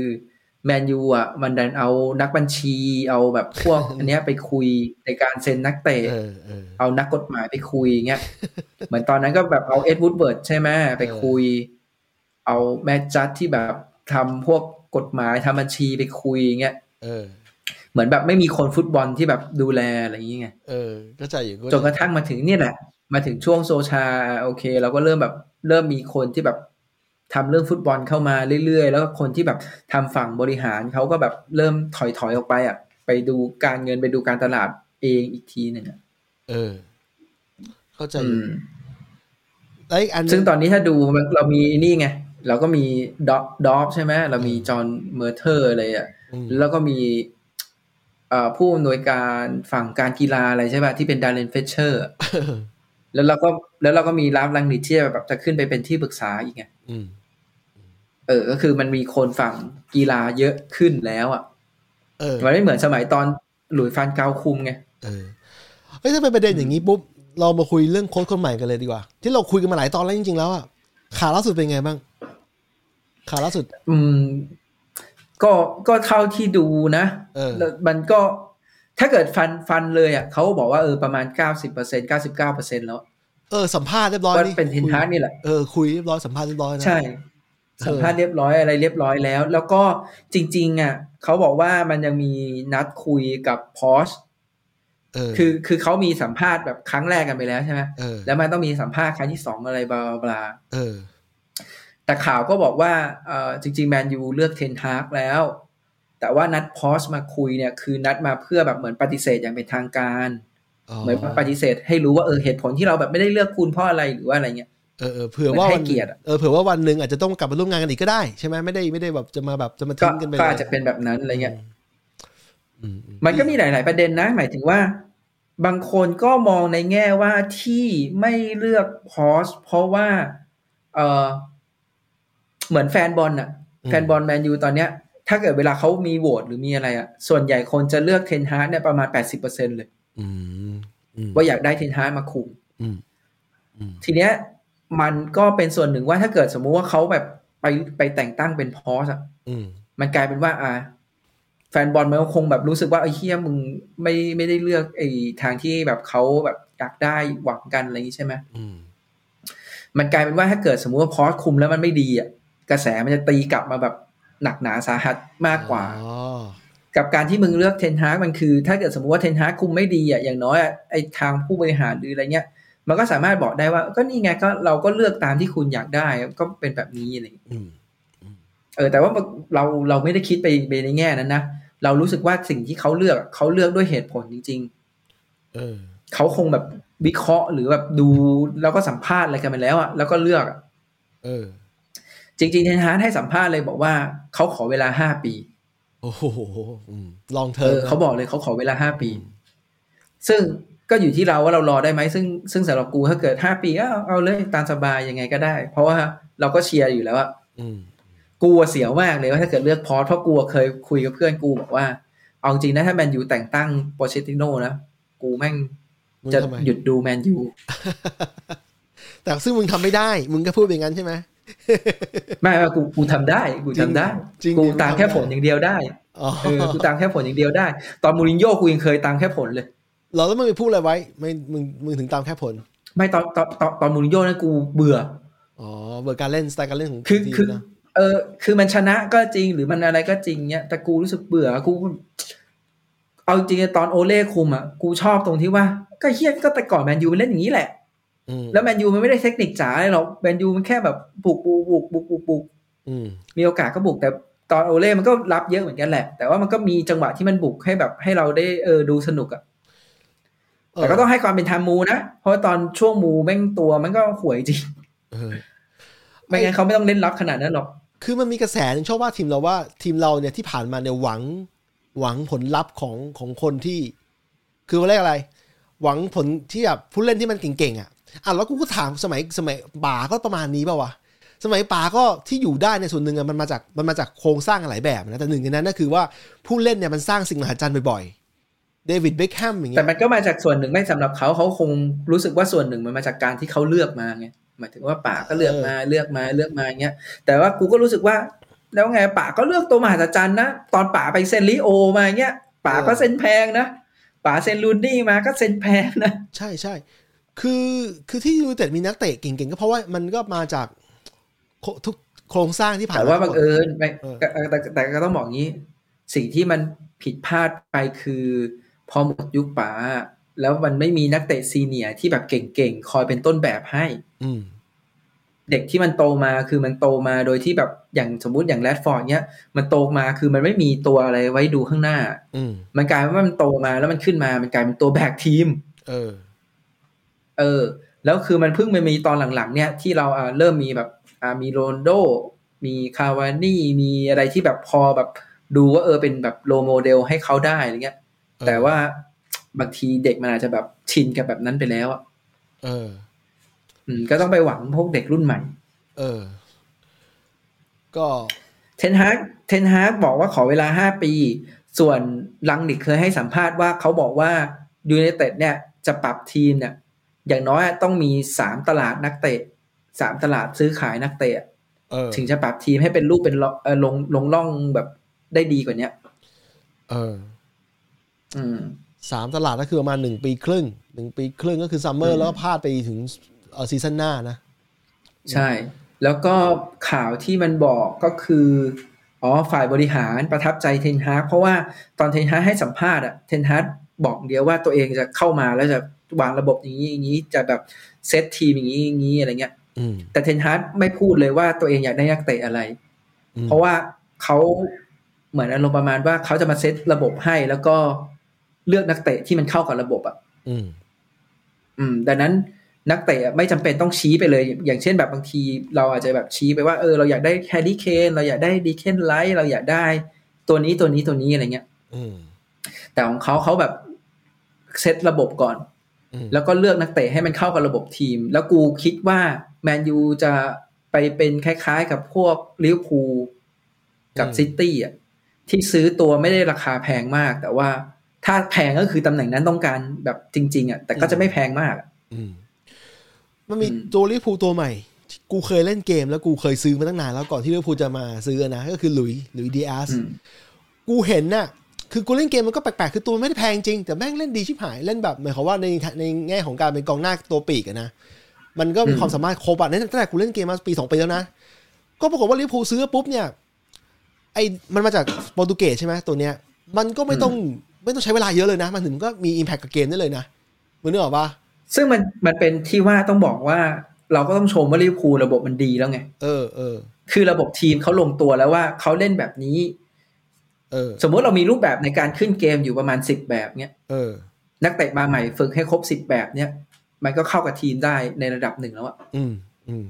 S2: แมนยูอ่ะมันดันเอานักบัญชีเอาแบบพวก อันเนี้ยไปคุยในการเซ็นนักเตะ
S1: เออเออ
S2: เอานักกฎหมายไปคุยเงี้ย เหมือนตอนนั้นก็แบบเอาเอ็ดวูดเบิร์ดใช่ไหมไปคุย เอาแมจจัดที่แบบทำพวกกฎหมายทำบัญชีไปคุยเงี้ย
S1: เออ
S2: เหมือนแบบไม่มีคนฟุตบอลที่แบบดูแลอะไรอย่างเงี้ย
S1: เออก็ใจอยู่ก็
S2: จนกระทั่งมาถึงเนี่ยแหละ มาถึงช่วงโซชา โอเค เราก็เริ่มแบบเริ่มมีคนที่แบบทำเรื่องฟุตบอลเข้ามาเรื่อยๆ แล้วก็คนที่แบบทำฝั่งบริหารเขาก็แบบเริ่มถอยๆออกไปอ่ะ ไปดูการเงินไปดูการตลาดเองอีกทีหนึ่งอ่ะ
S1: เออ เข้าใจอ
S2: อื
S1: ยู่
S2: ม
S1: แล้วอีกอันหนึ่
S2: ซึ่งตอนนี้ถ้าดูมันเรามีนี่ไง เราก็มีด็อกด็อกใช่ไหมเรามีจอห์นเมอร์เทอร์อะไรอ่ะ
S1: อืม
S2: แล้วก็มีเอ่อผู้อำนวยการฝั่งการกีฬาอะไรใช่ป่ะที่เป็นดาร e นเฟเชอร์ แล้วเราก็แล้วเราก็มีราฟลังนิดที่แบบจะขึ้นไปเป็นที่ปรึกษาอีกไง
S1: อืม
S2: เออ ก็คือมันมีคนฝั่งกีฬาเยอะขึ้นแล้วอ่ะ
S1: เออ
S2: มันไม่เหมือนสมัยตอนหลุยส์ฟานเกาคุมไง
S1: เออเฮ้ยถ้าเป็นประเด็นอย่างนี้ปุ๊บ เรามาคุยเรื่องโค้ชคนใหม่กันเลยดีกว่า ที่เราคุยกันมาหลายตอนแล้วจริงๆแล้วอะข่าวล่าสุดเป็นไงบ้างข่าวล่าสุด
S2: อืม ก็ก็เท่าที่ดูนะ
S1: เออ
S2: แล้วมันก็ถ้าเกิดฟันฟันเลยอ่ะเขาบอกว่าเออประมาณเก้าสิบเปอร์เซ็นเก้าสิบเก้าเปอร์เซ็นแล้ว
S1: เออสัมภาษณ์เรียบร้อย
S2: ว่า
S1: นี่
S2: เป็นเทน
S1: คุย
S2: ฮาร์กนี่แหละ
S1: เออคุยเรียบร้อยสัมภาษณ์เรียบร้อยนะ
S2: ใช่ สัมภาษณ์เรียบร้อยอะไรเรียบร้อยแล้ว แล้วก็จริง ๆ อ่ะเขาบอกว่ามันยังมีนัดคุยกับพอช
S1: เออ
S2: คือคือเขามีสัมภาษณ์แบบครั้งแรกกันไปแล้วใช่ไหม
S1: เออ
S2: แล้วมันต้องมีสัมภาษณ์ครั้งที่สองอะไรบลาบลา
S1: เออ
S2: แต่ข่าวก็บอกว่าเออจริงๆแมนยูเลือกเทนฮากแล้ว แต่ว่านัดพอสมาคุยเนี่ยคือนัดมาเพื่อแบบเหมือนปฏิเสธอย่างเป็นทางการ เหมือนปฏิเสธให้รู้ว่าเออเหตุผลที่เราแบบไม่ได้เลือกคุณเพราะอะไรหรือว่าอะไรเงี้ย
S1: เออเออเผื่อว่า
S2: เหมือนให้
S1: วัน
S2: เกียรติอะ
S1: เออเผื่อว่าวันหนึ่งอาจจะต้องกลับมาร่วมงานกันอีกก็ได้ใช่ไหมไม่ได้ไม่ได้แบบจะมาแบบจะมา
S2: ก็
S1: ทิ้งกันไป
S2: ก็
S1: เลย
S2: อาจจะเป็นแบบนั้นอะไรเงี้ย
S1: อืมอื
S2: มันก็มีหลาย ๆ ประเด็นนะ หมายถึงว่า บางคนก็มองในแง่ว่าที่ไม่เลือกพอสเพราะว่าเออเหมือนแฟนบอลน่ะ แฟนบอลแมนยูตอนเนี้ย ถ้าเกิดเวลาเขามีโหวตหรือมีอะไรอะส่วนใหญ่คนจะเลือกเทนฮาร์ดเนี่ยประมาณ 80%เลย
S1: อืมอืม
S2: ว่าอยากได้เทนฮาร์ดมาคุม
S1: อืมอืม
S2: ทีเนี้ย มันก็เป็นส่วนหนึ่งว่าถ้าเกิดสมมุติว่าเขาแบบไปไปแต่งตั้งเป็นพอสอะ
S1: อืม
S2: มันกลายเป็นว่า อ่า แฟนบอลมันก็คงแบบรู้สึกว่าไอ้เฮียมึงไม่ไม่ได้เลือกไอ้ทางที่แบบเขาแบบอยากได้หวังกันอะไรอย่างนี้ใช่ไหม
S1: อืม
S2: มันกลายเป็นว่าถ้าเกิดสมมุติว่าพอสคุมแล้วมันไม่ดีอ่ะ กระแสมันจะตีกลับมาแบบหนักหนาสาหัสมากกว่า
S1: อ๋อ
S2: กับการที่มึงเลือกเทนฮากมันคือ ถ้าเกิดสมมติว่าเทนฮากคุมไม่ดีอ่ะอย่างน้อยอะไอทางผู้บริหารหรืออะไรเงี้ย มันก็สามารถบอกได้ว่า ก็นี่ไงก็เราก็เลือกตามที่คุณอยากได้ก็เป็นแบบนี้อะไรอย่างเงี้ย
S1: อืม
S2: เออแต่ว่าเราเราไม่ได้คิดไปไปในแง่นั้นนะเรารู้สึกว่าสิ่งที่เขาเลือกเขาเลือกด้วยเหตุผลจริง
S1: เออ
S2: ๆ เขาคงแบบวิเคราะห์หรือแบบดูแล้วก็สัมภาษณ์อะไรกันไปแล้วอะแล้วก็เลือกอะ
S1: เออ
S2: จริงๆเทนฮาร์ดให้สัมภาษณ์เลยบอกว่าเขาขอเวลาห้าปี
S1: โอ้โหลองเธ
S2: เอ
S1: อ
S2: อเขาบอกเลยเขาขอเวลาห้าปี ซึ่งก็อยู่ที่เราว่าเรารอได้ไหมซึ่งซึ่งสำหรับกูถ้าเกิดห้าปีก็เอาเลยตามสบายยังไงก็ได้ เพราะว่าเราก็เชียร์อยู่แล้วอะ
S1: อืม
S2: กลัวเสียวมากเลยว่าถ้าเกิดเลือกพอสเพราะกลัวเคยคุยกับเพื่อนกูบอกว่า เอาจริงนะถ้าแมนยูแต่งตั้งโปรเชติโน่นะกูแม่ง
S1: มึง
S2: จะ
S1: ทำไม
S2: หยุดดูแมนยู
S1: แต่ซึ่งมึงทำไม่ได้ มึงก็พูดอย่างนั้นใช่ไหม
S2: ไม่ไม่กูกูทำได้ กูทำได้
S1: จริงดิ
S2: กูตามแค่
S1: มึงทำได้
S2: ผลอย่างเดียวได้
S1: อ๋อ
S2: เออกูตามแค่ผลอย่างเดียวได้ ตอนมูรินโญ่กูยังเคยตามแค่ผลเลย
S1: เราแล้วมึงไปพูดอะไรไว้ ไม่ มึง มึงถึงตามแค่ผล
S2: ไม่ตอนตอนตอนตอนมูรินโญ่นั้นกูเบื่อ
S1: อ๋อ เบอร์การเล่นสไตล์การเล่นของ
S2: คือ
S1: ทีม
S2: คือ
S1: นะ
S2: เออคือมันชนะก็จริงหรือมันอะไรก็จริงเนี้ยแต่กูรู้สึกเบื่อกู เอาจริงๆตอนโอเล่คุมอ่ะกูชอบตรงที่ว่า ก็เฮี้ยก็แต่ก่อนแมนยูมันเล่นอย่างนี้แหละ
S1: อืม
S2: แล้วแมนยูมันไม่ได้เทคนิคจ๋าอะไรหรอกแมนยูมันแค่แบบบุกบุกบุกบุกบุกบุก
S1: อืม
S2: มีโอกาสก็บุกแต่ตอนโอเล่มันก็รับเยอะเหมือนกันแหละ แต่ว่ามันก็มีจังหวะที่มันบุกให้แบบให้เราได้เออดูสนุกอะ
S1: เออ
S2: แต่ก็ต้องให้ความเป็นธรรมมูนะ เพราะว่าตอนช่วงมูแม่งตัวมันก็ห่วยจริง
S1: เออ
S2: ไม่งั้นเขาไม่ต้องเล่นรับขนาดนั้นหรอก
S1: คือมันมีกระแสหนึงชอบว่าทีมเราว่าทีมเราเนี่ยที่ผ่านมาเนี่ยหวังหวังผลลัพธ์ของของคนที่ คือว่าเรียกอะไร หวังผลที่แบบผู้เล่นที่มันเก่งๆอ่ะอ่ะแล้วกูก็ถามสมัยสมัยป่าก็ประมาณนี้ป่าวะสมัยป่าก็ที่อยู่ได้ในยส่วนหนึ่งอะมันมาจากมันมาจากโครงสร้างหลายแบบนะแต่หนึ่งในนั้นก็คือว่าผู้เล่นเนี่ยมันสร้างสิ่งมหัศจรรย์บ่อยๆเดวิดเบคแฮมอย่าง
S2: แต่
S1: เงี้ย
S2: มันก็มาจากส่วนหนึ่งไม่สำหรับเขาเขาคงรู้สึกว่าส่วนหนึ่งมันมาจากการที่เขาเลือกมาไงหมายถึงว่าป่าก็เลือกมาเลือกมาเลือกมาอย่างเงี้ยแต่ว่ากูก็รู้สึกว่า แล้วไงป่าก็เลือกตัวมหัศจรรย์นะตอนป่าไปเซ็นลิโอมาอย่างเงี้ยป่าก็เซ็นแพงนะป่าเซ็นลูนดี้มาก็เซ็นแพงนะ
S1: ใช่ใช่คือคือที่ยูไนเต็ดมีนักเตะเก่งๆก็เพราะว่ามันก็มาจากโคทุกโครงสร้างที่ผ่าน
S2: แต่
S1: ม
S2: ว่าบังเอิญไม่
S1: เออ
S2: แต่แต่แต่แต่ก็ต้องบอกงี้ สิ่งที่มันผิดพลาดไปคือ พอหมดยุคป่า แล้วมันไม่มีนักเตะซีเนียร์ที่แบบเก่งๆคอยเป็นต้นแบบให้
S1: อืม
S2: เด็กที่มันโตมาคือมันโตมาโดยที่แบบอย่างสมมติอย่างแรดฟอร์ดเนี้ยมันโตมาคือมันไม่มีตัวอะไรไว้ดูข้างหน้า
S1: อืม
S2: มันกลายว่ามันโตมาแล้วมันขึ้นมามันกลายเป็นตัวแบกทีม
S1: เออ
S2: เออ แล้วคือมันเพิ่งมามีตอนหลังๆ เนี่ยที่เราอ่าเริ่มมีแบบอ่ามีโรนโด มีคาวานี่มีอะไรที่แบบพอแบบดูว่าเออเป็นแบบโลโมเดลให้เขาได้อะไรเงี้ย
S1: เออ
S2: แต่ว่าบางทีเด็กมันอาจจะแบบชินกับแบบนั้นไปแล้วอ่ะ
S1: เออ
S2: อืมก็ต้องไปหวังพวกเด็กรุ่นใหม่
S1: เออ ก็
S2: เทนฮากเทนฮากบอกว่าขอเวลาห้าปี ส่วนลังนิกเคยให้สัมภาษณ์ว่าเขาบอกว่ายูไนเต็ดเนี่ยจะปรับทีมเนี่ยอย่างน้อยต้องมีสามตลาดนักเตะสามตลาดซื้อขายนักเตะ
S1: เออ
S2: ถึงจะปรับทีมให้เป็นรูปเป็นล่อเอ่อลงลงล่องแบบได้ดีกว่าเนี้ย
S1: เออ
S2: อืม
S1: สามตลาดก็คือประมาณหนึ่งปีครึ่ง หนึ่งปีครึ่งก็คือซัมเมอ
S2: อื
S1: ร์
S2: ม
S1: แล้วก็พลาดไปถึงเออซีซั่นหน้านะ
S2: ใช่ แล้วก็ข่าวที่มันบอกก็คืออ๋อฝ่ายบริหารประทับใจเทนฮากเพราะว่าตอนเทนฮากให้สัมภาษณ์อะเทนฮากบอกเดียวว่าตัวเองจะเข้ามาแล้วจะวางระบบอย่างนี้อย่างนี้จะแบบเซตทีมอย่างนี้อย่างนี้อะไรเงี้ย
S1: อืม
S2: แต่เทนฮากไม่พูดเลยว่าตัวเองอยากได้นักเตะอะไร
S1: อืม
S2: เพราะว่าเขาเหมือนอารมณ์ประมาณว่าเขาจะมาเซตระบบให้แล้วก็เลือกนักเตะที่มันเข้ากับระบบอะ
S1: อืม
S2: อืมดังนั้นนักเตะไม่จำเป็นต้องชี้ไปเลย อย่างเช่นแบบบางทีเราอาจจะแบบชี้ไปว่าเออเราอยากได้แฮร์รี่เคนเราอยากได้ดีเคนไลท์เราอยากได้ตัวนี้ตัวนี้ตัวนี้อะไรเงี้ย
S1: อืม
S2: แต่ของเขาเขาแบบเซตระบบก่อน
S1: อืม
S2: แล้วก็เลือกนักเตะให้มันเข้ากับระบบทีม แล้วกูคิดว่าแมนยูจะไปเป็นคล้ายๆกับพวกลิเวอร์พูลกับซิตี้อ่ะที่ซื้อตัวไม่ได้ราคาแพงมาก แต่ว่าถ้าแพงก็คือตำแหน่งนั้นต้องการแบบจริง ๆอ่ะแต่ก็จะไม่แพงมากอะ
S1: อืมมันมี
S2: อืม
S1: ตัวลิเวอร์พูลตัวใหม่ กูเคยเล่นเกมแล้วกูเคยซื้อมาตั้งนานแล้วก่อนที่ลิเวอร์พูลจะมาซื้อนะ ก็คือหลุยส์หลุยส์ดีอาส
S2: อืม
S1: กูเห็นน่ะ คือกูเล่นเกมมันก็แปลกๆ คือตัวมันไม่ได้แพงจริง แต่แม่งเล่นดีชิบหาย เล่นแบบหมายความว่าในในแง่ของการเป็นกองหน้าตัวปีกอะนะ มันก็มี
S2: อืม
S1: ความสามารถครบอะในตั้งแต่กูเล่นเกมมาปีสองปีแล้วนะ ก็ปรากฏว่าลิเวอร์พูลซื้อปุ๊บเนี่ย ไอ้มันมาจากโปรตุเกสใช่ไหมตัวเนี้ย มันก็ไม่ต้องไม่ต้องใช้เวลาเยอะเลยนะ มันถึงก็มีอิมแพคกับเกมได้เลยนะมึงนึกออกปะ
S2: ซึ่งมันมันเป็นที่ว่าต้องบอกว่า เราก็ต้องชมว่าลิเวอร์พูลระบบมันดีแล้วไง
S1: เออเออ
S2: คือระบบทีมเขาลงตัวแล้วว่าเขาเล่นแบบนี้
S1: เออ
S2: สมมติเรามีรูปแบบในการขึ้นเกมอยู่ประมาณสิบแบบเนี้ย
S1: เออ
S2: นักเตะมาใหม่ฝึกให้ครบสิบแบบเนี้ยมันก็เข้ากับทีมได้ในระดับหนึ่งแล้วอะ
S1: อืมอืม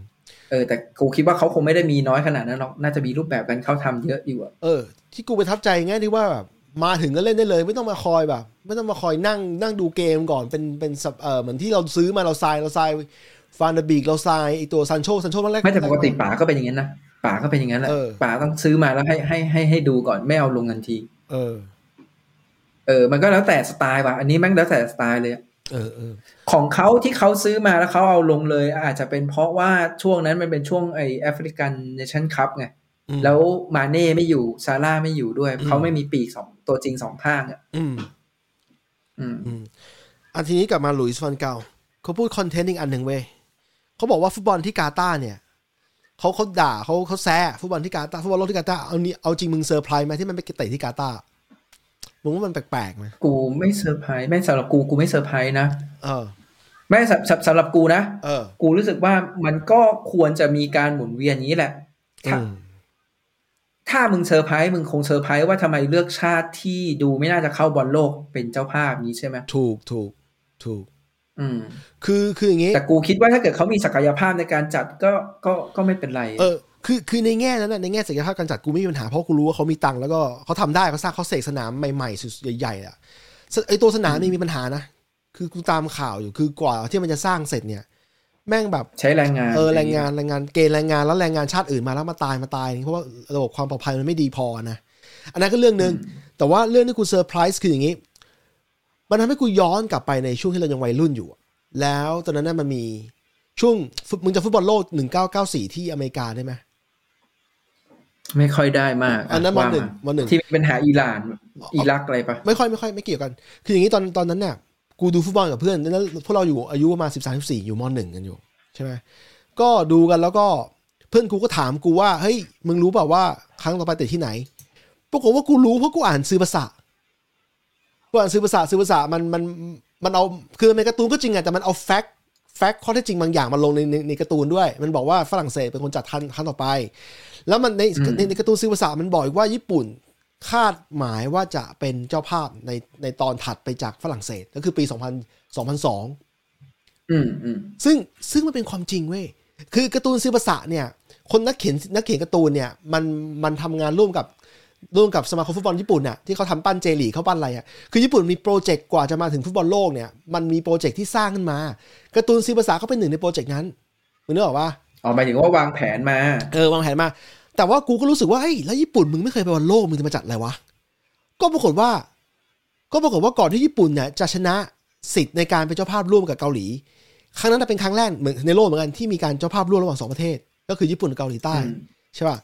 S2: เออแต่กูคิดว่าเขาคงไม่ได้มีน้อยขนาดนั้นหรอกน่าจะมีรูปแบบกันเขาทำเยอะอยู่อะ
S1: เออ ที่กูประทับใจแง่ที่ว่าแบบมาถึงก็เล่นได้เลย ไม่ต้องมาคอยแบบ ไม่ต้องมาคอยนั่งนั่งดูเกมก่อนเป็นเป็นสับเออเหมือนที่เราซื้อมาเราทรายเราทรายฟานเดอร์บีกเราทรายไอตัวซันโชซันโชตอนแรก
S2: ไม่แต่ปกติป๋าก็เป็นอย่างนั้นนะป๋าก็เป็นอย่างนั้นแหละ
S1: เออ
S2: ป๋าต้องซื้อมาแล้วให้ให้ให้ให้ดูก่อนไม่เอาลงทันที
S1: เออ
S2: เออมันก็แล้วแต่สไตล์ว่ะอันนี้แม่งแล้วแต่สไตล์เลยอะ
S1: เออเออ
S2: ของเขาที่เขาซื้อมาแล้วเขาเอาลงเลย อาจจะเป็นเพราะว่าช่วงนั้นมันเป็นช่วงไอแอฟริกันเนชั่นคัพไง
S1: อืม
S2: แล้วมาเน่ไม่อยู่ซาร่าไม่อยู่ด้วย
S1: อืม
S2: เขาไม่มีปีกสองตัวจริงสองข้างอ่ะ
S1: อืม
S2: อืม
S1: อันทีนี้กลับมาหลุยส์ฟานเกาเขาพูดคอนเทนต์อีกอันหนึ่งเว้ยเขาบอกว่าฟุตบอลที่กาตาร์เนี่ยเขาเขาด่าเขาเขาแซ่ฟุตบอลที่กาตาร์ฟุตบอลโลกที่กาตาร์เอานี่เอาจริงมึงเซอร์ไพรส์ไหมที่มันไปเตะที่กาตาร์มึงว่ามันแปลกๆไหม
S2: กูไม่เซอร์ไพรส์ไม่สำหรับกูกูไม่เซอร์ไพรส์นะ
S1: เออ
S2: ไม่สำสำสำหรับกูนะ
S1: เออ
S2: กูรู้สึกว่ามันก็ควรจะมีการหมุนเวียนอย่างนี้แหละ
S1: อื
S2: ถ้าม ถ้ามึงเซอร์ไพรส์มึงคงเซอร์ไพรส์ว่าทำไมเลือกชาติที่ดูไม่น่าจะเข้าบอลโลกเป็นเจ้าภาพนี้ใช่ไหม
S1: ถูกถูกถูก
S2: อืม
S1: คือคืออย่างงี้
S2: แต่กูคิดว่าถ้าเกิดเขามีศักยภาพในการจัดก็ก็ก็ไม่เป็นไร
S1: เออคือคือในแง่นั้นนะในแง่ศักยภาพการจัดกูไม่มีปัญหาเพราะกูรู้ว่าเขามีตังค์แล้วก็เขาทำได้เขาสร้างเขาเสกสนามใหม่ๆสุดใหญ่ๆอ่ะสไอตัวสนามนี่มีปัญหานะ คือกูตามข่าวอยู่คือกว่าที่มันจะสร้างเสร็จเนี่ย แม่งแบบ
S2: ใช้แรงงาน
S1: เออแรงงานแรงงานเกณฑ์แรงงานแล้วแรงงานชาติอื่นมาแล้วมาตายมาตายเพราะว่าระบบความปลอดภัยมันไม่ดีพอนะ อันนั้นก็เรื่องหนึ่งแต่ว่าเรื่องที่กูเซอร์ไพรส์คืออย่างนี้ มันทำให้กูย้อนกลับไปในช่วงที่เรายังวัยรุ่นอยู่อะแล้วตอนนั้นน่ะมันมีช่วงฟุตมึงจะฟุตบอลโลก 1994 ที่อเมริกาได้ไหม
S2: ไม่ค่อยได้มาก
S1: อันนั้นม
S2: ว่า
S1: หนึ่งมหนึ่ง
S2: ที่มีปัญหาอิหร่านอิรักอะไรปะ
S1: ไม่ค่อยไม่ค่อยไม่เกี่ยวกัน คืออย่างนี้ตอนตอนนั้นเนี่ยกูดูฟุตบอลกับเพื่อนแล้วพวกเราอยู่อายุประมาณสิบสามสิบสี่อยู่มหนึ่งกันอยู่ใช่ไหมก็ดูกันแล้วก็เพื่อนกูก็ถามกูว่าเฮ้ยมึงรู้เปล่าว่าครั้งต่อไปเตะที่ไหนปรากฏว่ากูรู้เพราะกูอ่านซื้อภาษากูอ่านซื้อภาษาซื้อภาษามันมันมันเอาคือมันเป็นการ์ตูนก็จริงอะแต่มันเอาแฟกต์แฟกต์ข้อเท็จจริงบางอย่างมาลงในในในการ์ตูนด้วย มันบอกว่าฝรั่งเศสเป็นคนจัดครั้งครั้งต่อไป แล้วมันในในในการ์ตูนซื้อภาษามันบอกอีกว่าญี่ปุ่น คาดหมายว่าจะเป็นเจ้าภาพในในตอนถัดไปจากฝรั่งเศสก็คือปี 2000 2002
S2: อืมอืม
S1: ซึ่งซึ่งมันเป็นความจริงเว้ย คือการ์ตูนซิบะสะเนี่ย คนนักเขียนนักเขียนการ์ตูนเนี่ย มันมันทำงานร่วมกับร่วมกับสมาคมฟุตบอลญี่ปุ่นน่ะที่เขาทำปั้นเจลีกเขาปั้นอะไรอ่ะคือญี่ปุ่นมีโปรเจกต์กว่าจะมาถึงฟุตบอลโลกเนี่ยมันมีโปรเจกต์ที่สร้างขึ้นมาการ์ตูนซิบะสะก็เป็นหนึ่งในโปรเจกต์นั้นมึงนึกออกปะ
S2: อ๋อหมายถึงว่าวางแผนมา
S1: เออวางแผนมา แต่ว่ากูก็รู้สึกว่าเฮ้ยแล้วญี่ปุ่นมึงไม่เคยไปบอลโลกมึงจะมาจัดอะไรวะ ก็ปรากฏว่า ก็ปรากฏว่าก่อนที่ญี่ปุ่นเนี่ยจะชนะสิทธิ์ในการเป็นเจ้าภาพร่วมกับเกาหลี ครั้งนั้นนะเป็นครั้งแรกเหมือนในโลกเหมือนกันที่มีการเจ้าภาพร่วมระหว่างสองประเทศ ก็คือญี่ปุ่นกับเกาหลีใต้
S2: อืม
S1: ใช่ป่ะ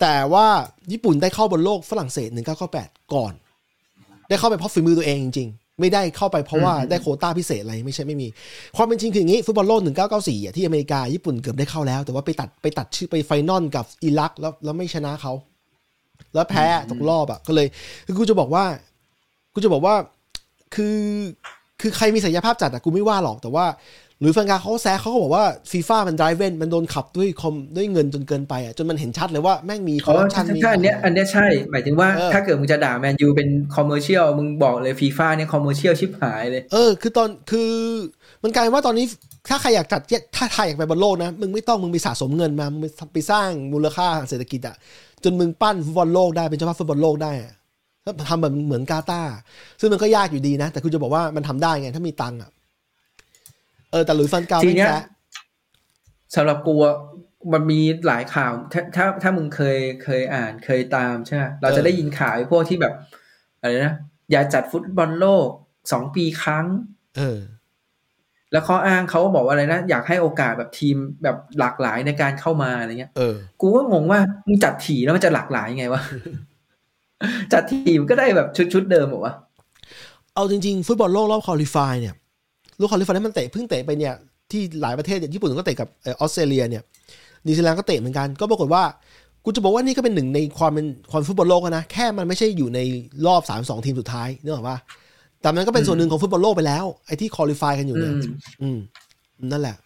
S1: แต่ว่าญี่ปุ่นได้เข้าบนโลกฝรั่งเศส1998ก่อน ได้เข้าไปเพราะฝีมือตัวเองจริงๆ ไม่ได้เข้าไปเพราะว่าได้โควต้าพิเศษอะไรไม่ใช่ไม่มี ความเป็นจริงคืออย่างนี้ฟุตบอลโลก 1994อ่ะที่อเมริกา ญี่ปุ่นเกือบได้เข้าแล้ว แต่ว่าไปตัดไปตัดชื่อไปไฟนอลกับอิรักแล้วแล้วไม่ชนะเขา แล้วแพ้ตกรอบอ่ะก็เลยคือกูจะบอกว่า กูจะบอกว่าคือคือใครมีศักยภาพจัดอ่ะกูไม่ว่าหรอกแต่ว่า หรือแฟนการเขาแซะเขาก็บอกว่าฟีฟ่ามันไดเวนมันโดนขับด้วยคอมด้วยเงินจนเกินไปอ่ะจนมันเห็นชัดเลยว่าแม่งมีค
S2: อ๋
S1: อ
S2: อ
S1: ร์รัปชั
S2: ถ้าน
S1: มี
S2: ถ้าอันเนี้ยอันเนี้ยใช่ หมายถึงว่า
S1: เออ
S2: ถ้าเกิดมึงจะด่าแมนยูเป็นคอมเมอร์เชียลมึงบอกเลยฟีฟ่าเนี่ยคอมเมอร์เชียลชิบหายเลย
S1: เออคือตอนคือมันกลายเป็นว่าตอนนี้ถ้าใครอยากจัดเยถ้าไทยอยากไปบอลโลกนะ มึงไม่ต้องมึงไปสะสมเงินมามึงไปไปสร้างมูลค่าทางเศรษฐกิจอะจนมึงปั้นฟุตบอลโลกได้เป็นเจ้าภาพฟุตบอลโลกได้อะถ้าทำแบบเหมือนกาตาร์ซึ่งมันก็ยากอยู่ดีนะ แต่คุณจะบอกว่ามันทำได้ไงถ้ามีตังค์อะเออแต่หลุยส์ฟันกาว
S2: ที
S1: ไม่
S2: เนี้ย
S1: แซะ
S2: สำหรับกูอะมันมีหลายข่าว ถ้าถ้าถ้ามึงเคยเคยอ่านเคยตามใช่ไหมเราจะได้ยินข่าวไอ้พวกที่แบบอะไรนะ อย่าจัดฟุตบอลโลกสองปีครั้ง
S1: เออ
S2: แล้วข้ออ้างเขาก็บอกว่าอะไรนะ อยากให้โอกาสแบบทีมแบบหลากหลายในการเข้ามาอะไรเงี้ย
S1: เออ
S2: กูก็งงว่ามึงจัดถี่แล้วมันจะหลากหลายยังไงวะ จัดถี่มันก็ได้แบบชุดชุดๆเดิมบอกว่า
S1: เอาจริงๆฟุตบอลโลกรอบคอลิฟายเนี่ยรอบคอลิฟายนี่มันเตะเพิ่งเตะไปเนี่ยที่หลายประเทศอย่างญี่ปุ่นก็เตะกับเอ่อออสเตรเลียเนี่ย นิวซีแลนด์ก็เตะเหมือนกัน ก็ปรากฏว่า กูจะบอกว่านี่ก็เป็นหนึ่งในความเป็นความฟุตบอลโลกอะนะ แค่มันไม่ใช่อยู่ในรอบสามสองทีมสุดท้ายเนกอะว่า แต่มันก็เป็นส่วนหนึ่งของฟุตบอลโลกไปแล้ว ไอ้ที่คอลิฟายกันอยู่
S2: อื
S1: เนี่ย
S2: ม
S1: อืม นั่นแหละ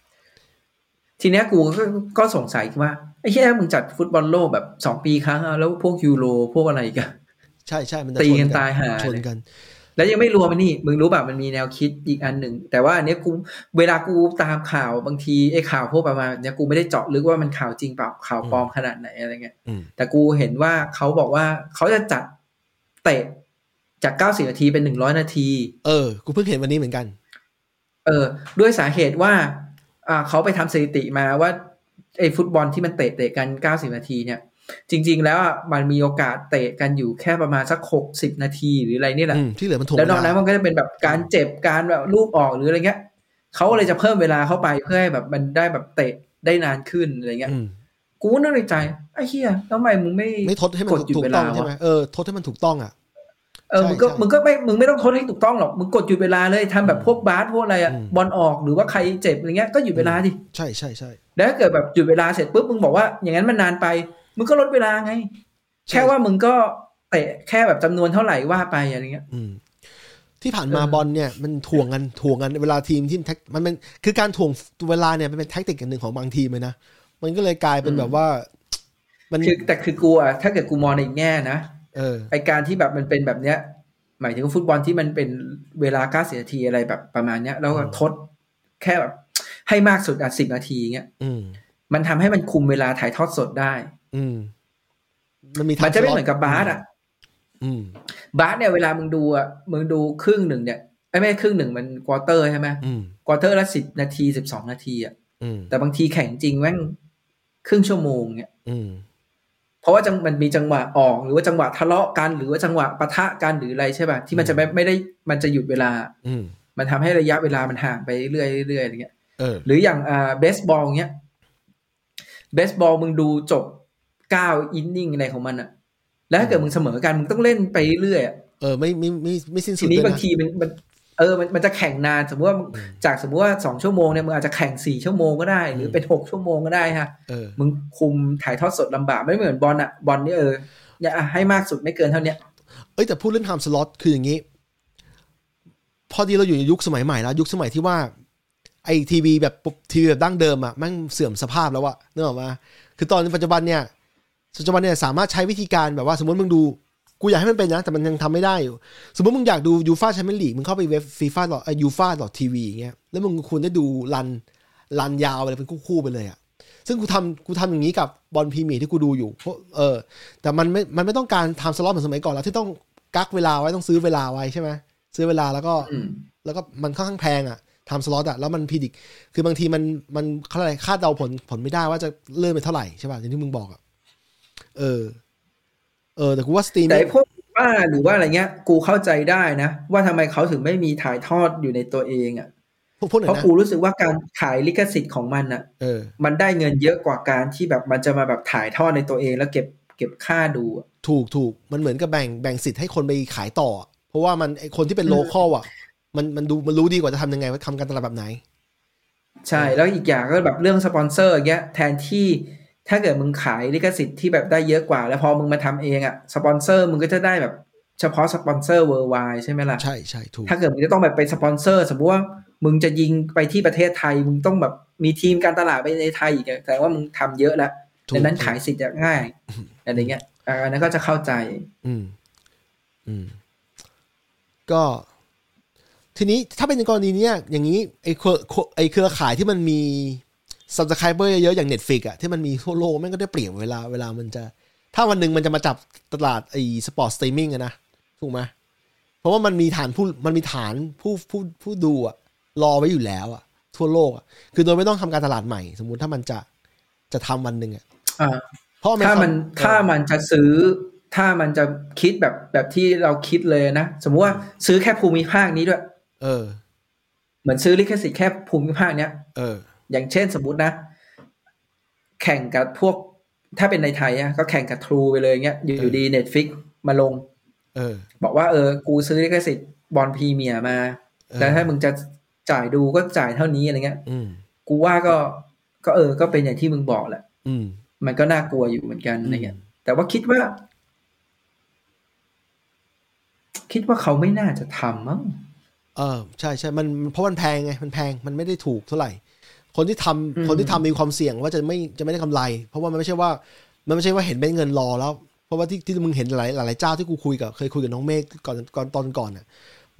S2: ทีเนี้ยกูก็ก็สงสัยว่าไอ้เหี้ยมึงจัดฟุตบอลโลกแบบสองปีครั้งอะแล้วพวกยูโรพวกอะไรอีกัน
S1: ใช่ใช่มันจะ
S2: ตีกัน
S1: ช
S2: ตายห่า
S1: ชนกัน
S2: แล้วยังไม่รวมไอ้นี่ มึงรู้ป่ะมันมีแนวคิดอีกอันหนึ่ง แต่ว่าอันเนี้ยกูเวลากูตามข่าวบางทีไอ้ข่าวพวกประมาณเนี้ยกูไม่ได้เจาะลึกว่ามันข่าวจริงเปล่าข่าวปลอมขนาดไหนอะไรเงี้ย
S1: อืม
S2: แต่กูเห็นว่าเขาบอกว่าเขาจะจัดเตะจาก 90 นาทีเป็น 100 นาที
S1: เออ กูเพิ่งเห็นวันนี้เหมือนกัน
S2: เออ ด้วยสาเหตุว่า อ่าเขาไปทำสถิติมาว่าไอ้ฟุตบอลที่มันเตะเตะกัน 90 นาทีเนี่ย จริง ๆ แล้วอ่ะมันมีโอกาสเตะกันอยู่แค่ประมาณสัก 60 นาทีหรืออะไรนี่แหละ
S1: อืมที่เหลือมันถ่วง
S2: แล้วนอก
S1: เว
S2: นั้
S1: ลาน
S2: มันก็จะเป็นแบบการเจ็บการแบบลูกออกหรืออะไรเงี้ยเขาเลยจะเพิ่มเวลาเข้าไปเพื่อให้แบบมันได้แบบเตะได้นานขึ้นอะไรเงี้ย
S1: อืม
S2: กูก็นึกในใจไอ้เฮียแล้วทำไมมึงไม่
S1: ไม่ทดให้มัน
S2: กดหยุด
S1: ถูก
S2: เว
S1: ต้อ
S2: ลา
S1: งใช่
S2: วะ
S1: ไหมเออทดให้มันถูกต้องอ่ะ
S2: เออ
S1: ใช่
S2: มึงก็
S1: ใช่
S2: มึงก็ไม่มึงไม่ต้องทดให้ถูกต้องหรอกมึงกดหยุดเวลาเลยทำแบบพวกบาสพวกอะไรอะ
S1: อืม
S2: บอลออกหรือว่าใครเจ็บอะไรเงี้ยก็หยุดเวลาดิ
S1: ใช่ใช่ใช่
S2: แล้วถ้าเกิดแบบหยุดเวลาเสร็จปุ๊บมึงบอกว่าอย่างนั้นมันนานไป มึงก็ลดเวลาไง แค่ว่ามึงก็เตะแค่แบบจำนวนเท่าไหร่ว่าไปอะไรเงี้ย
S1: อืม ที่ผ่านมา
S2: เออ
S1: บอลเนี่ยมันถ่วงกันถ่วงกันเวลาทีมที่แท็กมันเป็นคือการถ่วงเวลาเนี่ยมันเป็นแท็กติกอย่างหนึ่งของบางทีมเลยนะมันก็เลยกลายเป็นแบบว่า มัน
S2: คือแต่คือกูอะถ้าเกิดกูมองในอีกแง่นะ
S1: เออ
S2: ไอการที่แบบมันเป็นแบบเนี้ย หมายถึงว่าฟุตบอลที่มันเป็นเวลา 90 นาทีอะไรแบบประมาณเนี้ย แล้วก็ทดแค่แบบให้มากสุดอ่ะ10 นาทีเงี้ย
S1: อืม
S2: มันทำให้มันคุมเวลาถ่ายทอดสดได้
S1: อืม มันมี time
S2: มันจะไม่เหมือน
S1: slot
S2: กับบาสอ่ะ
S1: อืม
S2: บาสเนี่ยเวลามึงดูอ่ะมึงดูครึ่งหนึ่งเนี่ยไอ้ยไม่ใช่ครึ่งหนึ่งมันควอเตอร์ใช่ไหม
S1: อืม
S2: ควอเตอร์ละ 10 นาที 12 นาทีอ่ะ
S1: อืม
S2: แต่บางทีแข่งจริงแม่งครึ่งชั่วโมงเนี่ย
S1: อืม
S2: เพราะว่าจังมันมีจังหวะออก หรือว่าจังหวะทะเลาะกันหรือว่าจังหวะปะทะกันหรืออะไรใช่ป่ะที่มันจะไม่ไม่ได้มันจะหยุดเวลา
S1: อืม
S2: มันทำให้ระยะเวลามันห่างไปเรื่อยๆเรื่อยๆอะไรเงี้ย
S1: เออ
S2: หรืออย่างอ่าเบสบอลเงี้ยเบสบอลมึงดูจบเก้าอินนิ่งอะไรของมันอะแล้วถ้าเกิดมึงเสมอกันมึงต้องเล่นไปเรื่อยอะ
S1: เออ ไม่ไม่ไม่ไม่สิ้นสุ
S2: ที
S1: ด
S2: นี้
S1: เลย
S2: บาง
S1: นะ
S2: ทีมันมันเออมันมันจะแข่งนานสมมติว่ามึง
S1: อืม
S2: จากสมมติว่าสองชั่วโมงเนี่ยมึงอาจจะแข่งสี่ชั่วโมงก็ได้ หรืออ
S1: ม
S2: เป็นหกชั่วโมงก็ได้ฮะ
S1: เออ
S2: มึงคุมถ่ายทอดสดลำบากไม่เหมือนบอลอะบอลนี่เออเนี่ยอ่ะให้มากสุดไม่เกินเท่าเนี้ย
S1: เอ้ยแต่พูดเรื่องไทม์สล็อตคืออย่างนี้ พอดีเราอยู่ในยุคสมัยใหม่แล้ว ยุคสมัยที่ว่า ไอทีวีแบบทีวีแบบดั้งเดิมอะแมันเสื่อมสภาพแล้วอะนึกออกมาคือตอนปัจจุบันเนี่ยปัจจุบันเนี่ยสามารถใช้วิธีการแบบว่า สมมติมึงดู กูอยากให้มันเป็นนะ แต่มันยังทำไม่ได้อยู่ สมมติมึงอยากดูยูฟาแชมเปี้ยนลีกมึงเข้าไปเว็บฟีฟ่าดอทยูฟาดอททีวีอย่างเงี้ยแล้วมึงควรได้ดูรันรันยาวไปเลยเป็นคู่ๆไปเลยอะซึ่งกูทำกูทำอย่างนี้กับบอลพรีเมียร์ที่กูดูอยู่เพราะเออ แต่มันไม่มันไม่ต้องการไทม์สล็อตเหมือนสมัยก่อนแล้วที่ต้องกักเวลาไว้ต้องซื้อเวลาไว้ใช่ไหมซื้อเวลาแล้วก็
S2: อืม
S1: แล้วก็มันค่อนข้างแพงอะไทม์สล็อตอะแล้วมันพีดิกคือบางทีมันมันเขาเรียกอะไรคาดเดาผลผลไม่ได้ว่าจะเลื่อนไปเท่าไหร่ใช่ป่ะอย่างที่มึงบอกอะเออ เออ แต่กูว่าสตรีม
S2: แต่ไอ้พวกว่าหรือว่าอะไรเงี้ย กูเข้าใจได้นะ ว่าทำไมเขาถึงไม่มีถ่ายทอดอยู่ในตัวเองอ่ะ
S1: พวกพวกไหน
S2: เพราะ
S1: นะ
S2: กูรู้สึกว่าการขายลิขสิทธิ์ของมันอ่ะ
S1: เออ
S2: มันได้เงินเยอะกว่าการที่แบบมันจะมาแบบถ่ายทอดในตัวเองแล้วเก็บเก็บค่าดูอะ
S1: ถูกถูกมันเหมือนกับแบ่งแบ่งสิทธิ์ให้คนไปขายต่ออะเพราะว่ามันไอคนที่เป็นโลคอลอะมันมันดูมันรู้ดีกว่าจะทำยังไงว่าทำการตลาดแบบไหน
S2: ใช่แล้วอีกอย่างก็แบบเรื่องสปอนเซอร์อย่างเงี้ยแทนที่ถ้าเกิดมึงขายลิขสิทธิ์ที่แบบได้เยอะกว่า แล้วพอมึงมาทำเองอ่ะสปอนเซอร์มึงก็จะได้แบบเฉพาะสปอนเซอร์เวอร์ไวใช่ไหมล่ะ
S1: ใช่ใช่ถูก
S2: ถ้าเกิดมึงจะต้องแบบไปสปอนเซอร์ สมมติว่ามึงจะยิงไปที่ประเทศไทย มึงต้องแบบมีทีมการตลาดไปในไทยอีกอะแต่ว่ามึงทำเยอะแล้ว
S1: ถูก
S2: ดังนั้นขายสิทธิ์จะง่ายอะไรเงี้ยอ่ะอันนั้นก็จะเข้าใจ
S1: อืม อืม ก็ ทีนี้ถ้าเป็นในกรณีเนี้ยอย่างนี้ไอ้เครือไอ้เครือข่ายที่มันมี subscriber เยอะๆอย่าง Netflix อะที่มันมีทั่วโลกแม่งก็ได้เปรียบเวลาเวลามันจะ ถ้าวันหนึ่งมันจะมาจับตลาดไอ้สปอร์ตสตรีมมิ่งอะนะ ถูกไหมเพราะว่ามันมีฐานผู้มันมีฐานผู้ผู้ผู้ดูอะรอไว้อยู่แล้วอะทั่วโลกอะคือโดยไม่ต้องทำการตลาดใหม่ สมมุติถ้ามันจะจะทำวันหนึ่งอะ
S2: อ่า
S1: เพราะ Amazon
S2: ถ้ามัน
S1: เออ
S2: ถ้ามันจะซื้อ ถ้ามันจะคิดแบบแบบที่เราคิดเลยนะ สมมติว่าซื้อแค่ภูมิภาคนี้ด้วย
S1: เออ
S2: เหมือนซื้อลิขสิทธิ์แค่ภูมิภาคเนี้ย
S1: เออ
S2: อย่างเช่นสมมตินะ แข่งกับพวก ถ้าเป็นในไทยอะก็แข่งกับทรูไปเลยเงี้ยอยู่อยู่ดีเน็ตฟิกมาลง
S1: เออ
S2: บอกว่าเออ กูซื้อลิขสิทธิ์บอลพรีเมียร์มา
S1: เออ
S2: แต่ถ้ามึงจะจ่ายดูก็จ่ายเท่านี้อะไรเงี้ย
S1: อืม
S2: กูว่าก็ก็เออ ก็เป็นอย่างที่มึงบอกแหละ
S1: อืม
S2: มันก็น่ากลัวอยู่เหมือนกัน
S1: อืม
S2: อะไรเงี้ยแต่ว่าคิดว่า คิดว่าเขาไม่น่าจะทำมั้ง
S1: เออใช่ใช่มันมันเพราะมันแพงไงมันแพงมันไม่ได้ถูกเท่าไหร่ คนที่ทำคนที่ทำมีความเสี่ยงว่าจะไม่จะไม่ได้กำไร เพราะว่ามันไม่ใช่ว่า มันไม่ใช่ว่าเห็นเป็นเงินรอแล้ว เพราะว่าที่ที่มึงเห็นหลายหลายๆเจ้าที่กูคุยกับเคยคุยกับน้องเมฆก่อนก่อนตอนก่อนอ่ะ